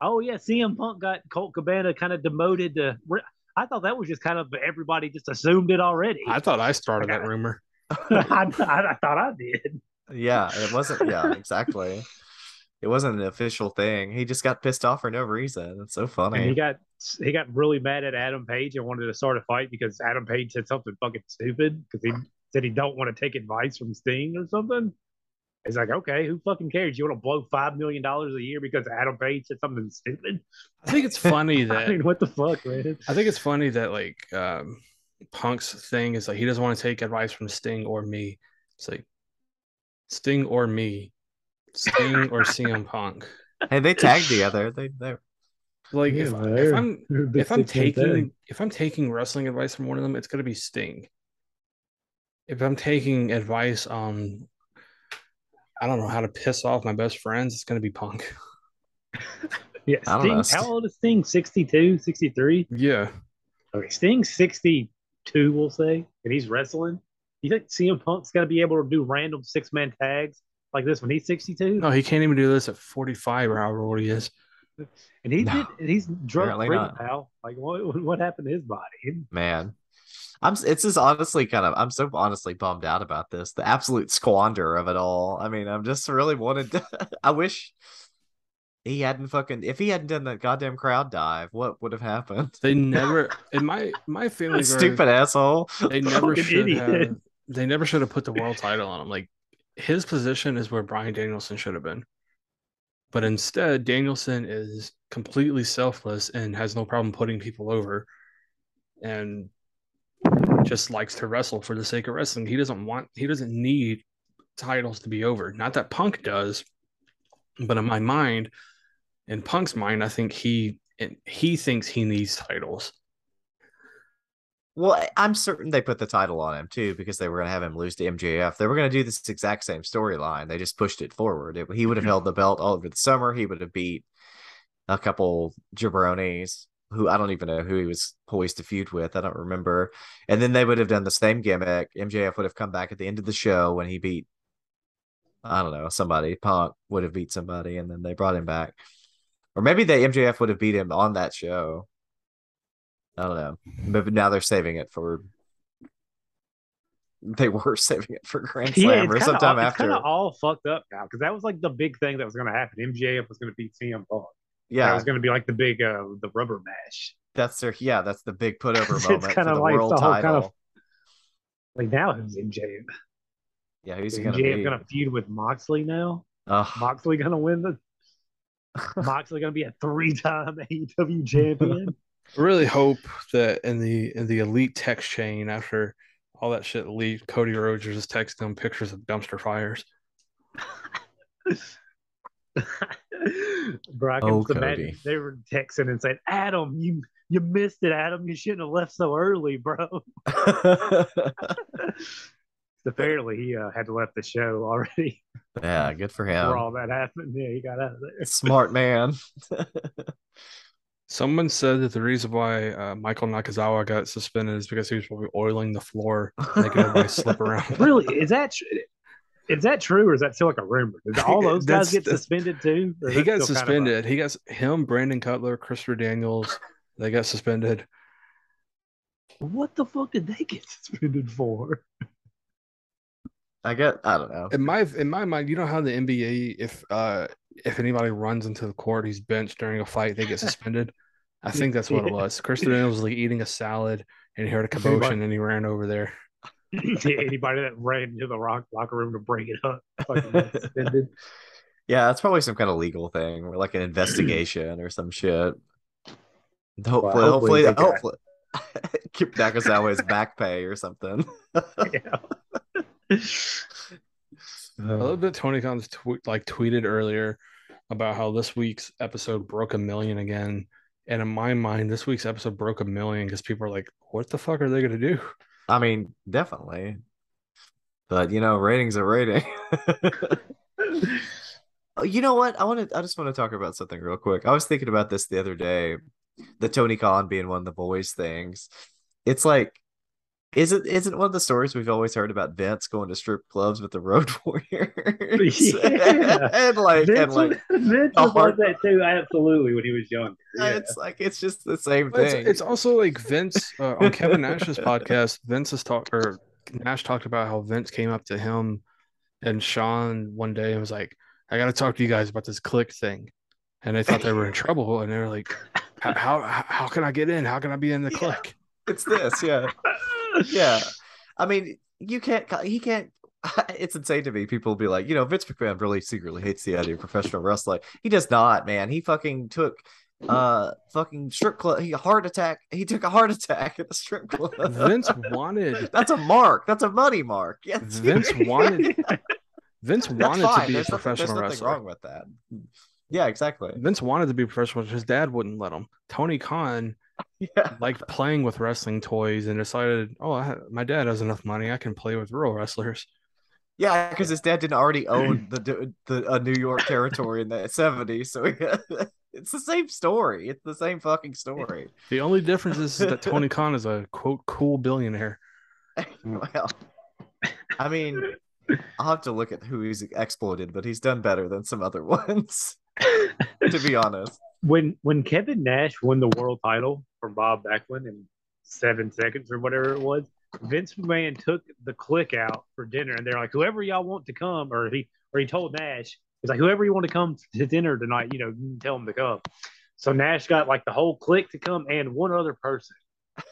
C: Oh yeah, CM Punk got Colt Cabana kind of demoted to. re- I thought that was just kind of everybody just assumed it already.
A: I
C: I,
A: thought I started that rumor.
C: I- I thought I did.
B: Yeah, it wasn't. Yeah, exactly. It wasn't an official thing. He just got pissed off for no reason. It's so
C: And he
B: funny.
C: got he got really mad at Adam Page and wanted to start a fight because Adam Page said something fucking stupid because he said he don't want to take advice from Sting or something. It's like, okay, who fucking cares? You want to blow five million dollars a year because Adam Page said something stupid?
A: I think it's funny
C: I
A: that
C: mean, what the fuck, man?
A: I think it's funny that like um, Punk's thing is like he doesn't want to take advice from Sting or me. It's like Sting or me, Sting or CM Punk.
B: Hey, they tagged together. They they
A: Like if,
C: Yeah,
A: if
C: they're-
A: I'm
C: they're
A: if I'm
C: sticking with
A: taking if I'm taking wrestling advice from one of them, it's gonna be Sting. If I'm taking advice on, I don't know how to piss off my best friends, it's gonna be Punk.
C: that. yeah,
B: I don't
C: Sting,
B: know.
C: how old is Sting? 62, 63?
A: Yeah,
C: Okay, Sting's 62, we'll say, and he's wrestling. You think CM Punk's going to be able to do random six man tags like this when he's 62?
A: no, he can't even do this at 45 or however old he is.
C: And he
B: No.
C: did. and He's drug
B: Apparently
C: free,
B: not.
C: pal. Like, what, what happened to his body?
B: man. I'm s- it's just honestly kind of I'm so honestly bummed out about this. The absolute squander of it all. I mean, I'm just really wanted to I wish he hadn't fucking if he hadn't done that goddamn crowd dive, what would have happened?
A: They never in my my feelings are-
B: Stupid asshole.
A: They never
C: Fucking
A: should
C: idiot.
A: have. They never should have put the world title on him. Like his position is where Brian Danielson should have been, but instead Danielson is completely selfless and has no problem putting people over, and just likes to wrestle for the sake of wrestling. He doesn't want. He doesn't need titles to be over. Not that Punk does, but in my mind, in Punk's mind, I think he and he thinks he needs titles.
B: Well, I- I'm certain they put the title on him too because they were going to have him lose to MJF. They were going to do this exact same storyline. They just pushed it forward. It, he would have held the belt all over the summer. He would have beat a couple jabronis who I don't even know who he was poised to feud with. I don't remember. And then they would have done the same gimmick. MJF would have come back at the end of the show when he beat, I don't know, somebody. Punk would have beat somebody, and then they brought him back. Or maybe the MJF would have beat him on that show. I don't know. But now they're saving it for. They were saving it for Grand Slam or sometime
C: kind
B: after.
C: of all fucked up now because that was like the big thing that was going to happen. MJF was going to beat CM Punk. that
B: Yeah,
C: was going to be like the big uh, the rubber match.
B: that's their yeah, that's the big put over
C: It's
B: moment for
C: kinda
B: the
C: like
B: world
C: the whole
B: title.
C: kind of- Like now, who's MJF?
B: yeah, who's
C: Is
B: he gonna
C: MJF
B: be?
C: going to feud with Moxley now?
B: Ugh.
C: Moxley going to win the? Moxley going to be a three time AEW champion?
A: I really hope that in the in the elite text chain after all that shit leaked, Cody Rhodes was just texting them pictures of dumpster fires.
C: Bro, I can
B: Oh,
C: just imagine
B: Cody.
C: they were texting and saying, "Adam, you you missed it, Adam. You shouldn't have left so early, bro." Apparently, he uh, had left the show already
B: yeah, good for
C: before
B: him.
C: all that happened. Yeah, he got out of there.
B: Smart man.
A: Someone said that the reason why uh, Michael Nakazawa got suspended is because he was probably oiling the floor, making everybody slip around.
C: Really, is that tr- is that true, or is that still like a rumor? Did all those guys
A: That's-
C: get
A: that's-
C: suspended too? Or is
A: He
C: that
A: got
C: still kind of a-
A: suspended. He got him, Brandon Cutler, Christopher Daniels. They got suspended.
C: what the fuck did they get suspended for?
B: I guess I don't know.
A: In my in my mind, you know how the NBA, if uh if anybody runs into the court, he's benched during a fight, they get suspended. I think that's what it
C: Yeah.
A: was. Chris Daniels was like eating a salad and he heard a
C: Pretty much.
A: commotion and he ran over there.
C: Yeah, anybody that ran into the rock locker room to break it up. fucking suspended.
B: Yeah, that's probably some kind of legal thing or like an investigation or some shit. Hopefully,
C: hopefully
B: hopefully,
C: they got-
B: hopefully, Kip Nakazawa's back pay or something.
C: yeah. Uh.
A: I love that Tony Khan's tw- like tweeted earlier about how this week's episode broke a million again. And in my mind, this week's episode broke a million because people are like, what the fuck are they going to do?
B: I mean, definitely. But you know, ratings are rating. Oh, you know what? I want to. I just want to talk about something real quick. I was thinking about this the other day, the Tony Khan being one of the boys things. It's like, isn't isn't one of the stories we've always heard about Vince going to strip clubs with the Road Warriors?
C: Yeah.
B: and like, and
C: Vince,
B: like,
C: was- Vince
B: a
C: was
B: hard-
C: like that too, absolutely, when he was young. Yeah.
B: it's like it's just the same
A: Well, It's,
B: thing.
A: it's also like Vince uh, on Kevin Nash's podcast. Vince has talked or Nash talked about how Vince came up to him and Sean one day and was like, "I got to talk to you guys about this click thing," and they thought they were in trouble and they were like, "How how, how can I get in? How can I be in the
B: Yeah.
A: click?"
B: it's this, yeah. yeah i mean you can't ca- he can't it's insane to me people be like you know vince mcmahon really secretly hates the idea of professional wrestling he does not man he fucking took uh fucking strip club he heart attack he took a heart attack at the strip club
A: Vince wanted
B: that's a mark that's a money mark yes
A: Vince wanted Vince
B: that's
A: wanted
B: fine
A: to be
B: there's,
A: a
B: nothing, there's
A: professional
B: nothing
A: wrestler.
B: wrong with that yeah exactly
A: Vince wanted to be a professional. His dad wouldn't let him. Tony Khan
B: yeah
A: liked playing with wrestling toys and decided, oh, I, my dad has enough money. I can play with real wrestlers.
B: yeah because his dad didn't already own the the uh, new york territory in the 70s so yeah, it's the same story it's the same fucking story
A: The only difference is that Tony Khan is a quote cool billionaire.
B: Well, I mean, I'll have to look at who he's exploited, but he's done better than some other ones, to be honest.
C: when when Kevin Nash won the world title from Bob Backlund in seven seconds or whatever it was, Vince McMahon took the click out for dinner, and they're like, "Whoever y'all want to come," or he or he told Nash, "He's like, whoever you want to come to dinner tonight, you know, you can tell them to come." So Nash got like the whole clique to come and one other person,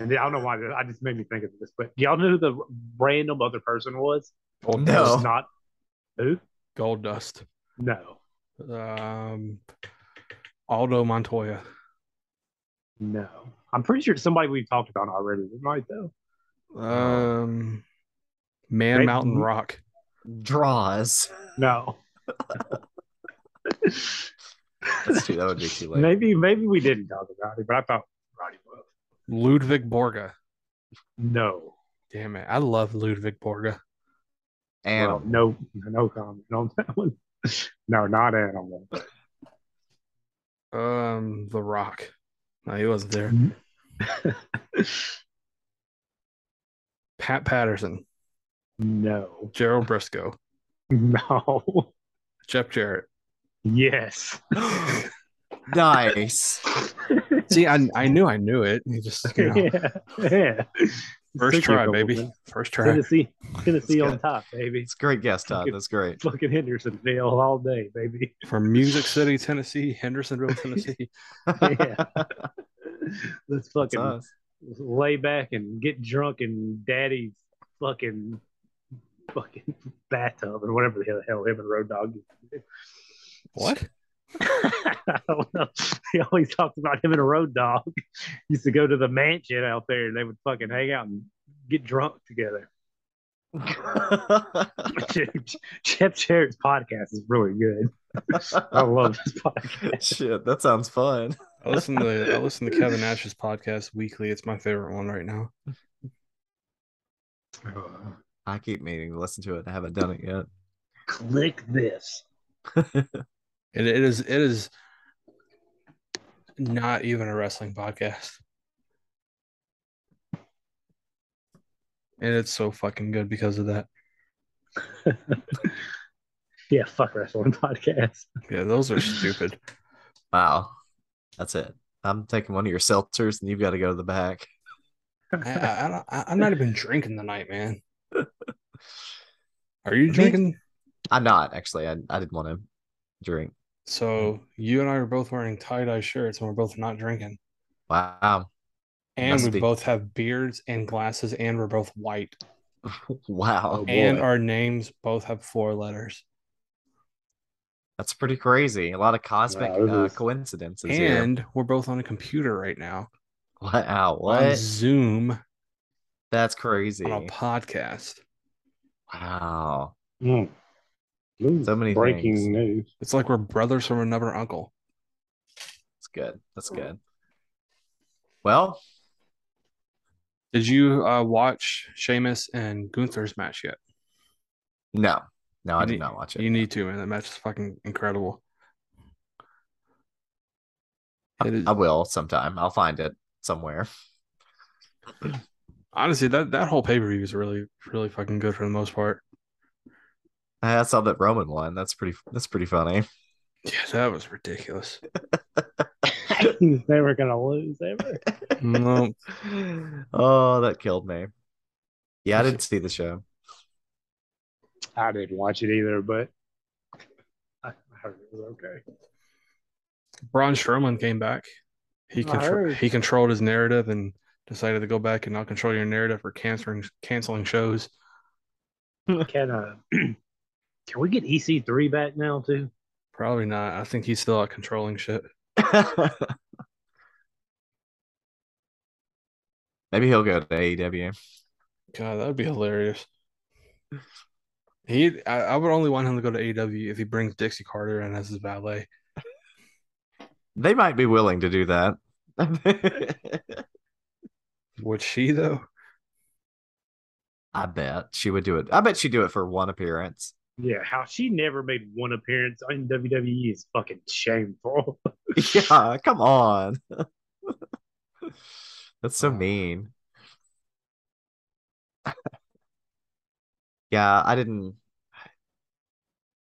C: and then, I don't know why that- I just made me think of this, but y'all know who the random other person was?
A: Gold
B: No.
A: dust.
C: It's not who?
A: Gold dust.
C: No,
A: Um, Aldo Montoya.
C: no. I'm pretty sure it's somebody we've talked about already. We might though.
A: Um, Man
C: Right.
A: Mountain Rock.
B: Draws.
C: No.
B: That's too, that would be too late.
C: maybe maybe we didn't talk about it, but I thought Roddy was.
A: Ludwig Borga.
C: No.
A: Damn it. I love Ludwig Borga.
B: Animal.
C: Well, no no comment on that one. No, not animal.
A: Um, The Rock. No, he wasn't there. Pat Patterson.
C: No.
A: Gerald Briscoe.
C: No.
A: Jeff Jarrett.
C: Yes.
B: nice.
A: See, I, I knew I knew it. You just you know,
C: yeah. yeah.
A: first
C: Took you
A: try,
C: a couple,
A: baby.
C: man.
A: First try.
C: Tennessee, Tennessee
B: That's
C: on
B: good.
C: top, baby.
B: It's great guest time. That's great.
C: Fucking Hendersonville all day, baby.
A: From Music City, Tennessee, Hendersonville, Tennessee.
C: Yeah. Let's
B: That's
C: fucking
B: us.
C: lay back and get drunk in daddy's fucking fucking bathtub or whatever the hell him and Road Dog. do.
A: what?
C: I don't know. He always talks about him and a Road Dog. Used to go to the mansion out there and they would fucking hang out and get drunk together. Jeff Jarrett's podcast is really good. I love this podcast.
B: Shit, that sounds fun.
A: I listen to I listen to Kevin Nash's podcast weekly. It's my favorite one right now.
B: I keep meaning to listen to it. I haven't done it yet.
C: Click this.
A: It, it is it is not even a wrestling podcast. And it's so fucking good because of that.
C: Yeah, fuck wrestling podcast.
A: Yeah, those are stupid.
B: Wow. That's it. I'm taking one of your seltzers and you've got to go to the back.
A: I, I, I, don't- I- I'm not even drinking tonight, man. Are you drinking?
B: I'm not actually. I, I didn't want to drink.
A: So you and I are both wearing tie dye shirts, and we're both not drinking,
B: Wow.
A: and
B: Must
A: we
B: be.
A: both have beards and glasses, and we're both white.
B: wow,
A: and
B: boy.
A: our names both have four letters.
B: that's pretty crazy. A lot of cosmic
C: Wow, this
B: uh,
C: is-
B: coincidences here.
A: And we're both on a computer right now
B: Wow,
A: on
B: what?
A: Zoom
B: That's crazy.
A: on a podcast.
B: Wow.
C: Mm. Ooh,
B: So many
C: breaking
B: things.
C: news.
A: It's like we're brothers from another uncle.
B: That's good. That's good. Well,
A: Did you uh, watch Sheamus and Gunther's match yet?
B: no. No, I
A: You
B: did
A: need-
B: not watch it.
A: You need to, man. That match is fucking incredible. It is,
B: I will sometime. I'll find it somewhere.
A: honestly, that, that whole pay per view is really, really fucking good for the most part.
B: I saw that Roman one. That's pretty that's pretty funny.
A: Yeah, that was ridiculous.
C: He's never gonna lose ever.
A: no,
B: oh, that killed me. Yeah, I didn't see the show.
C: I didn't watch it either, but I, I heard it was okay.
A: Braun Strowman came back. He
C: I
A: contro-
C: heard.
A: he controlled his narrative and decided to go back and not control your narrative for canceling canceling shows.
C: Can uh, can we get EC3 back now too?
A: Probably not. I think he's still out controlling shit.
B: Maybe he'll go to E AEW.
A: God, that would be hilarious. He, I, I would only want him to go to AEW if he brings Dixie Carter in as his valet.
B: They might be willing to do that.
A: Would she though?
B: I bet she would do it. I bet she'd do it for one appearance.
C: Yeah, how she never made one appearance on WWE E is fucking shameful.
B: Yeah, come on. That's so
A: Uh.
B: mean. Yeah, I didn't.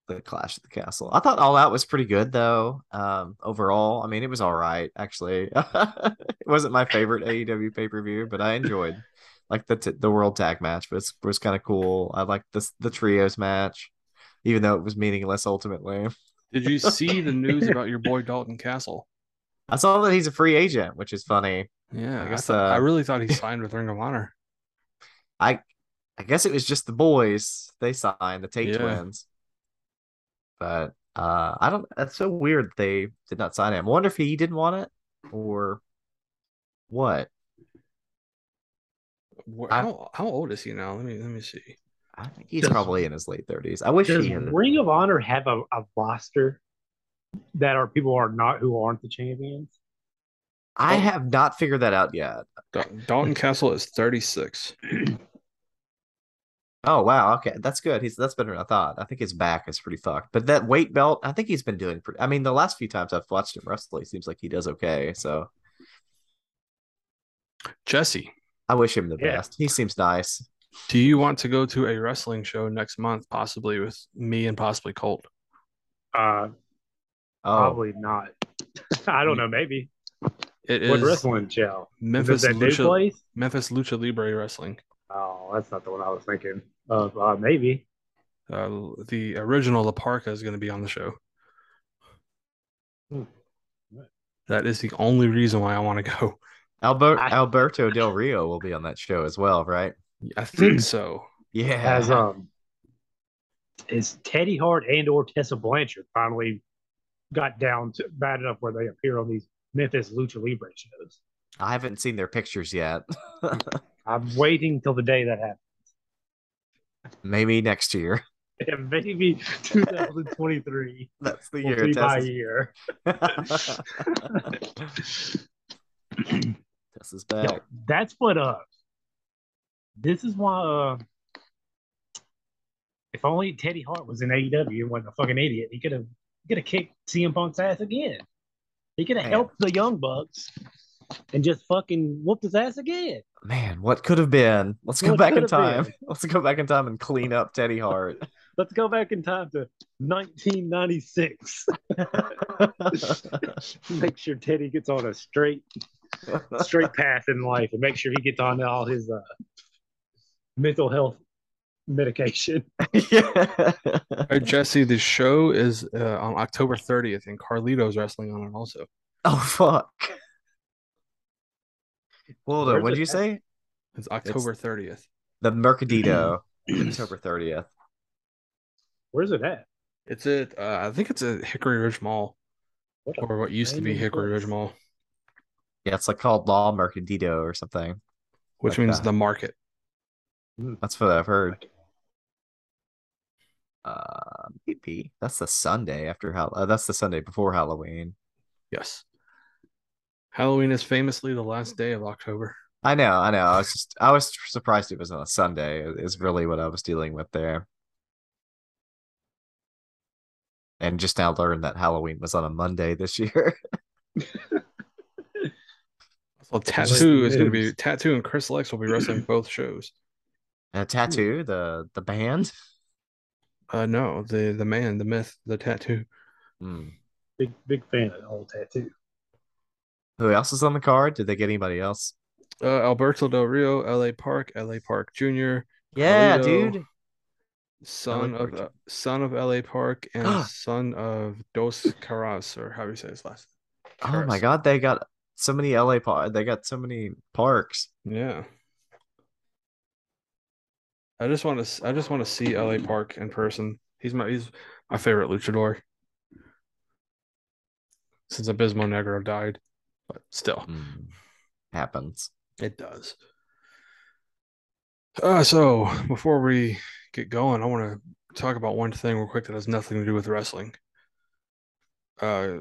B: The Clash of the Castle. I thought All Out was pretty good though. Um, overall, I mean, it was all right actually. it wasn't my favorite AEW pay per view, but I enjoyed like the t- the World Tag Match was was kind of cool. I liked this the trios match, even though it was meaningless ultimately.
A: Did you see the news about your boy Dalton Castle?
B: I saw that he's a free agent, which is funny.
A: Yeah, I,
B: I guess,
A: thought- I
B: uh,
A: really thought he signed with Ring of Honor.
B: I I guess it was just the boys they signed the Tate
A: Yeah.
B: twins. But uh I don't that's so weird they did not sign him. I wonder if he didn't want it or what.
A: Wh-
B: I-
A: How how old is he now? Let me let me see.
B: I think he's
C: Does-
B: probably in his late 30s. I wish
C: Does
B: he had
C: Ring of Honor have a, a roster that are people are not who aren't the champions?
B: I have not figured that out yet.
A: Dal- Dalton Castle is 36.
B: Oh wow, okay. That's good. He's that's better than I thought. I think his back is pretty fucked. But that weight belt, I think he's been doing pretty I mean, the last few times I've watched him wrestle, he seems like he does okay. So
A: Jesse,
B: I wish him the
C: Yeah.
B: best. He seems nice.
A: do you want to go to a wrestling show next month, possibly with me and possibly Colt?
C: Uh,
B: Oh,
C: Probably not. I don't know. Maybe
A: It
C: what
A: is
C: wrestling show? Is it
A: Memphis
C: that new
A: Lucha
C: place?
A: Memphis Lucha Libre Wrestling.
C: Oh, that's not the one I was thinking of. Uh, maybe.
A: Uh, the original La Parca is going to be on the show.
C: Hmm.
A: That is the only reason why I want to go.
B: Albert
C: I-
B: Alberto Del Rio will be on that show as well, right?
A: I think so.
B: Yeah.
C: Has um, is Teddy Hart and or Tessa Blanchard finally got down to bad enough where they appear on these Memphis Lucha Libre shows?
B: I haven't seen their pictures yet.
C: I'm waiting till the day that happens.
B: Maybe next year.
C: And maybe 2023
B: That's the
C: will
B: year.
C: be my
B: Tess,
C: year.
B: is... Tess is back.
C: Yeah, that's what uh this is why uh if only Teddy Hart was in AEW and wasn't a fucking idiot, he could have he could have kicked CM Punk's ass again. He could have
B: Man.
C: helped the Young Bucks and just fucking whooped his ass again.
B: Man, what could have been? Let's go
C: What
B: back in
C: could have
B: time.
C: been?
B: Let's go back in time and clean up Teddy Hart.
C: Let's go back in time to 1996. make sure Teddy gets on a straight straight path in life and make sure he gets on all his uh, mental health medication.
B: yeah.
A: All right, Jesse, the show is uh, on October 30th, and Carlito's wrestling on it also.
B: Oh fuck. Hold on.
C: Where's
B: What did
C: it
B: you
C: at?
B: say?
A: It's October 30th.
B: the Mercadito, October 30th.
C: Where's it at?
A: It's at uh, I think it's at Hickory Ridge Mall
C: What a
A: or what used to be
C: random
A: Hickory
C: place.
A: Ridge Mall,
B: Yeah, it's like called Law Mercadito or something.
A: which
B: Like
A: means
B: that.
A: the market.
B: That's what I've heard. Uh, maybe that's the Sunday after Hall. Uh, that's the Sunday before Halloween.
A: Yes. Halloween is famously the last day of October.
B: I know, I know. I was just, I was surprised it was on a Sunday. Is really what I was dealing with there. And just now learned that Halloween was on a Monday this year.
A: So
C: Just
A: tattoo is going to be
C: news.
A: tattoo and Chris Lex will be wrestling both shows.
B: A tattoo, the the band.
A: Uh, no, the the man, the myth, the tattoo.
B: Hmm.
C: Big big fan of the old tattoo.
B: Who else is on the card? Did they get anybody else?
A: Uh, Alberto Del Rio, L.A. Park, L.A. Park Jr.,
B: Yeah,
A: Carlito.
B: dude.
A: son
B: Park
A: of
B: Jr.
A: uh, son of L.A. Park and son of Dos Caras, or how do you say his last?
B: Oh my
A: Caras.
B: god, they got so many LA par- they got so many parks.
A: Yeah. I just want to. I just want to see L.A. Park in person. He's my. He's my favorite luchador. Since Abismo Negro died, but still,
B: Hmm. Happens.
A: it does. Uh, so before we get going, I want to talk about one thing real quick that has nothing to do with wrestling. Uh,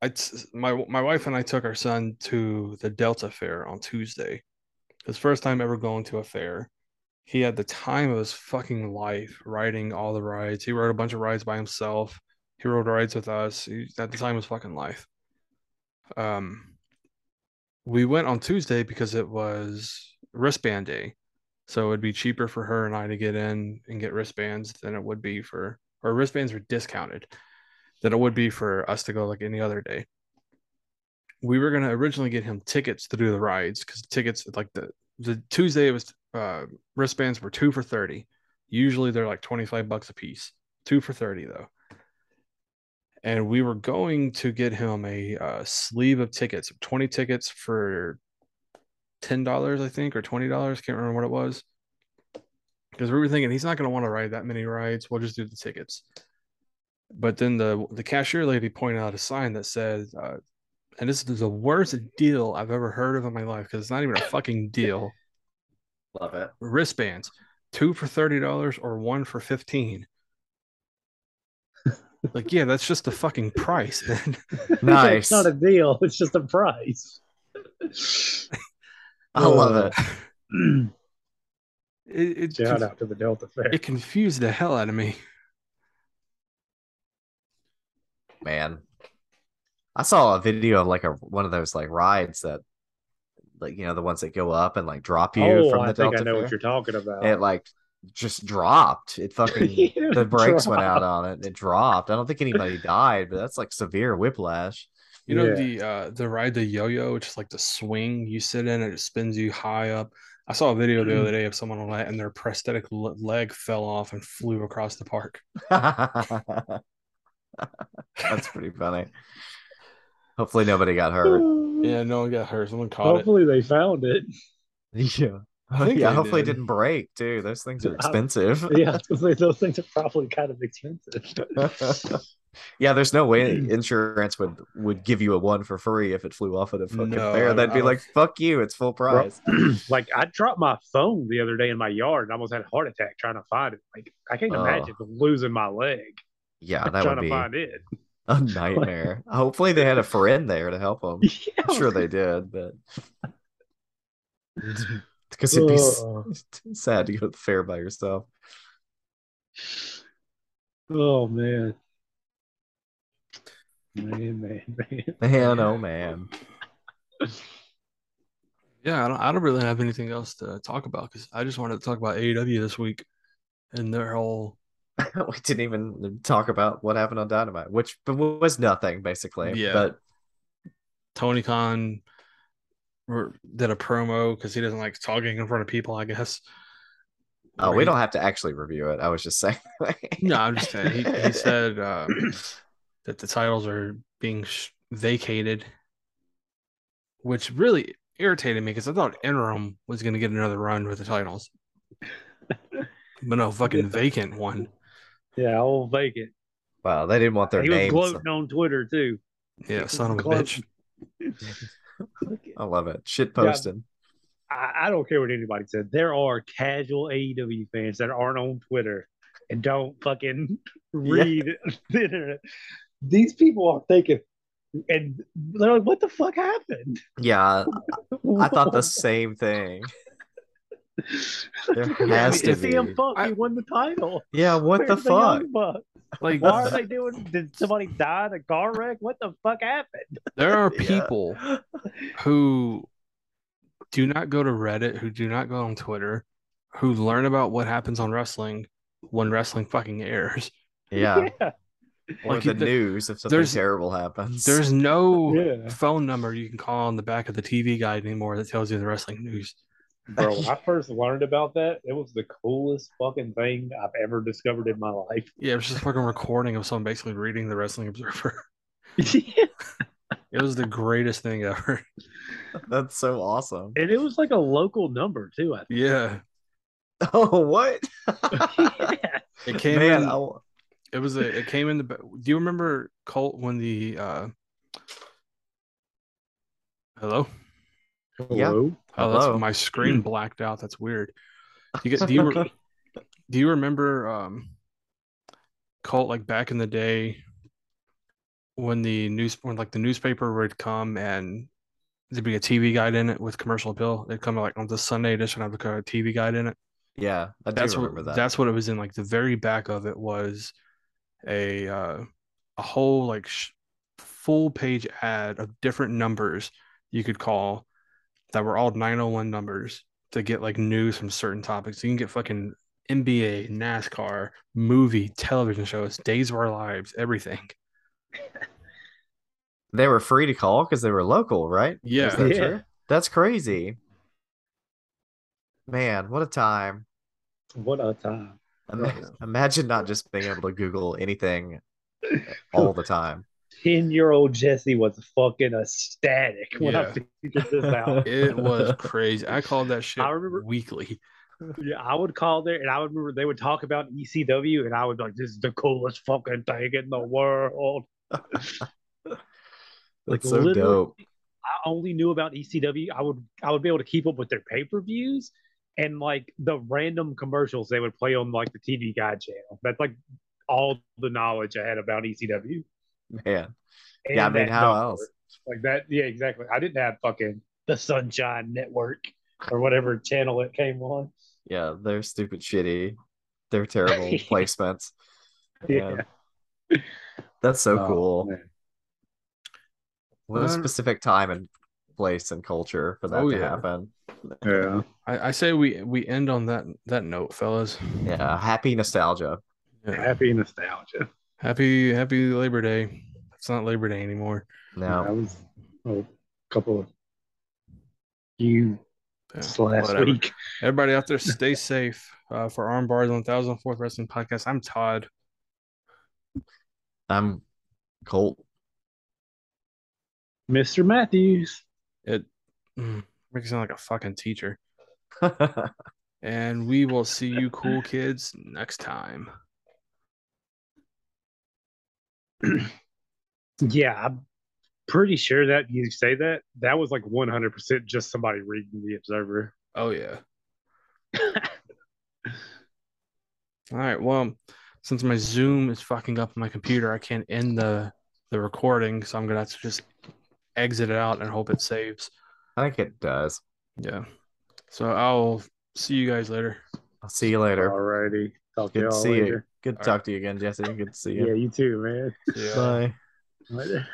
A: I, my my wife and I took our son to the Delta Fair on Tuesday. His first time ever going to a fair. He had the time of his fucking life riding all the rides. He rode a bunch of rides by himself. He rode rides with us. He had the time of his fucking life. Um, we went on Tuesday because it was wristband day, so it'd be cheaper for her and I to get in and get wristbands than it would be for or wristbands were discounted than it would be for us to go like any other day. We were gonna originally get him tickets to do the rides because tickets like the the Tuesday it was uh, wristbands were two for thirty. Usually they're like twenty five bucks a piece. Two for thirty though. And we were going to get him a uh, sleeve of tickets, twenty tickets for ten dollars, I think, or twenty dollars. Can't remember what it was. Because we were thinking he's not gonna want to ride that many rides. We'll just do the tickets but then the the cashier lady pointed out a sign that says, uh, and this is the worst deal I've ever heard of in my life because it's not even a fucking deal.
B: Love it.
A: Wristbands, two for thirty dollars or one for fifteen. like yeah, that's just the fucking price. Then
B: Nice.
C: it's not a deal. It's just a price.
B: I love it.
C: uh,
A: it it,
C: Shout
A: conf-
C: out to the Delta Fair.
A: it confused the hell out of me.
B: Man. I saw a video of like a one of those like rides that like you know, the ones that go up and like drop you
C: oh,
B: from the
C: I think
B: Delta
C: I know
B: Fair.
C: what you're talking about.
B: It like just dropped. It fucking
C: Yeah,
B: the brakes went out
C: drop.
B: on it and it dropped. I don't think anybody died, but that's like severe whiplash.
A: You know
C: Yeah.
A: the uh the ride the yo-yo, which is like the swing you sit in and it spins you high up. I saw a video the other day of someone on that and their prosthetic le- leg fell off and flew across the park.
B: That's pretty funny. Hopefully nobody got hurt.
A: Yeah, no one got hurt. Someone caught
C: Hopefully they found it.
B: Yeah.
A: I think
B: yeah,
A: they
B: hopefully
A: did.
B: it didn't break too. Those things are
C: Yeah.
B: expensive.
C: Yeah, those things are probably kind of expensive.
B: yeah, there's no way
C: Mm.
B: insurance would would give you a one for free if it flew off at a fucking
A: No, I
B: fair.
A: don't-
B: They'd
A: I
B: be
A: don't-
B: like, "Fuck you, it's full price."
C: like I dropped my phone the other day in my yard and almost had a heart attack trying to find it. Like I can't
B: Oh.
C: imagine losing my leg
B: Yeah, that
C: trying
B: would
C: to
B: be
C: find it.
B: a nightmare. Hopefully, they had a friend there to help them.
C: Yeah,
B: I'm sure they did, but because it'd be s-
C: Oh,
B: sad to go to the fair by yourself.
C: oh, man. Man, man, man.
B: Man, oh man.
A: Yeah, I don't, I don't really have anything else to talk about because I just wanted to talk about AEW this week and their whole
B: we didn't even talk about what happened on Dynamite, which was nothing basically.
A: Yeah.
B: But
A: Tony Khan were- did a promo because he doesn't like talking in front of people, I guess.
B: oh,
A: Where
B: we
A: he-
B: don't have to actually review it. I was just saying.
A: No, I'm just saying. He, he said um, that the titles are being sh- vacated, which really irritated me because I thought Interim was going to get another run with the titles. but no, fucking
C: Yeah.
A: vacant one.
C: Yeah, old vacant.
B: Wow, they didn't want their
C: he
B: names.
C: was gloating on Twitter too.
A: Yeah, son of a
C: Close.
A: bitch.
B: I love it. Shit posting.
C: I, I don't care what anybody said. There are casual AEW fans that aren't on Twitter and don't fucking read the internet. These people are thinking, and they're like, "What the fuck happened?"
B: Yeah, I thought the same thing. There has to be.
C: CM Punk,
A: I-
C: he won the title.
B: Yeah, what the
C: Where's
B: fuck?
C: Young Bucks?
A: Like
C: Why are they doing? Did somebody die in a car wreck? What the fuck happened?
A: there are
B: Yeah.
A: people who do not go to Reddit, who do not go on Twitter, who learn about what happens on wrestling when wrestling fucking airs.
B: Yeah, or
A: Like,
B: the
A: the-
B: news if something
A: there's-
B: terrible happens.
A: There's no
C: Yeah.
A: phone number you can call on the back of the TV guide anymore that tells you the wrestling news.
C: Bro, when I first learned about that, it was the coolest fucking thing I've ever discovered in my life.
A: Yeah, it was just a fucking recording of someone basically reading the Wrestling Observer. It was the greatest thing ever.
B: That's so awesome.
C: And it was like a local number too, I
A: Yeah,
B: Oh, what?
C: think.
A: it came in.
B: Man, I w-
A: It was a, it came in the. ba- Do you remember Colt when the? uh Hello.
B: Yeah.
A: Oh, that's
B: Hello?
A: my screen blacked out. That's weird. You get do you re- do you remember um cult like back in the day when the news when like the newspaper would come and there'd be a TV guide in it with commercial appeal. They'd come like on the Sunday edition have like a TV guide in it.
B: yeah, I do
A: That's
B: remember
A: what
B: that.
A: that's what it was in. Like the very back of it was a uh a whole like sh- full page ad of different numbers you could call that were all 901 numbers to get like news from certain topics. You can get fucking NBA, NASCAR, movie, television shows, days of our lives, everything.
B: They were free to call because they were local, right?
A: Yeah.
B: that
C: Yeah.
B: true? That's crazy. Man, what a time.
C: What a time.
B: Ima-
A: Oh, yeah.
B: Imagine not just being able to Google anything all the time.
C: 10 year old Jesse was fucking ecstatic when I
A: Yeah.
C: figured this out.
A: It was crazy. I called that shit
C: I remember-
A: weekly.
C: yeah, I would call there and I would remember they would talk about ECW and I would be like, this is the coolest fucking thing in the world. Like,
B: That's so
C: literally-
B: dope.
C: I only knew about ECW. I would I would be able to keep up with their pay per views and like the random commercials they would play on like the TV Guide channel. That's like all the knowledge I had about ECW.
B: Man. Yeah, I
C: and
B: mean,
C: that
B: how
C: number.
B: else?
C: Like that, yeah, exactly. I didn't have fucking the Sunshine Network or whatever channel it came on.
B: Yeah, they're stupid shitty. They're terrible placements.
C: Yeah.
B: Man. That's so
C: Oh,
B: cool.
C: man.
B: What a
A: Well-
B: specific time and place and culture for that
A: Oh,
B: to
A: yeah.
B: happen.
C: Yeah.
A: I, I say we we end on that that note, fellas.
B: Yeah, happy nostalgia.
A: Yeah.
C: Happy nostalgia.
A: Happy happy Labor Day. It's not Labor Day anymore.
C: That
B: No,
C: was a couple of you
A: Yeah,
C: last
A: whatever.
C: week.
A: Everybody out there, stay safe. Uh, for Arm Bars on Thousand Fourth Wrestling Podcast, I'm Todd.
B: I'm Colt.
C: Mr. Matthews.
A: It mm, makes me sound like a fucking teacher. And we will see you cool kids next time.
C: Yeah, I'm pretty sure that you say that. That was like 100% just somebody reading the Observer.
A: Oh yeah. All right. Well, since my Zoom is fucking up on my computer, I can't end the the recording, so I'm gonna have to just exit it out and hope it saves.
B: I think it does.
A: Yeah. So I'll see you guys later.
B: I'll see you later.
C: Alrighty. Talk to
B: Good to
C: y'all
B: see you.
C: later.
B: Good to
A: All
B: talk to you again, Jesse. Good to see
C: Yeah,
B: you.
C: you too, man.
A: See ya.
B: Bye.
C: Later.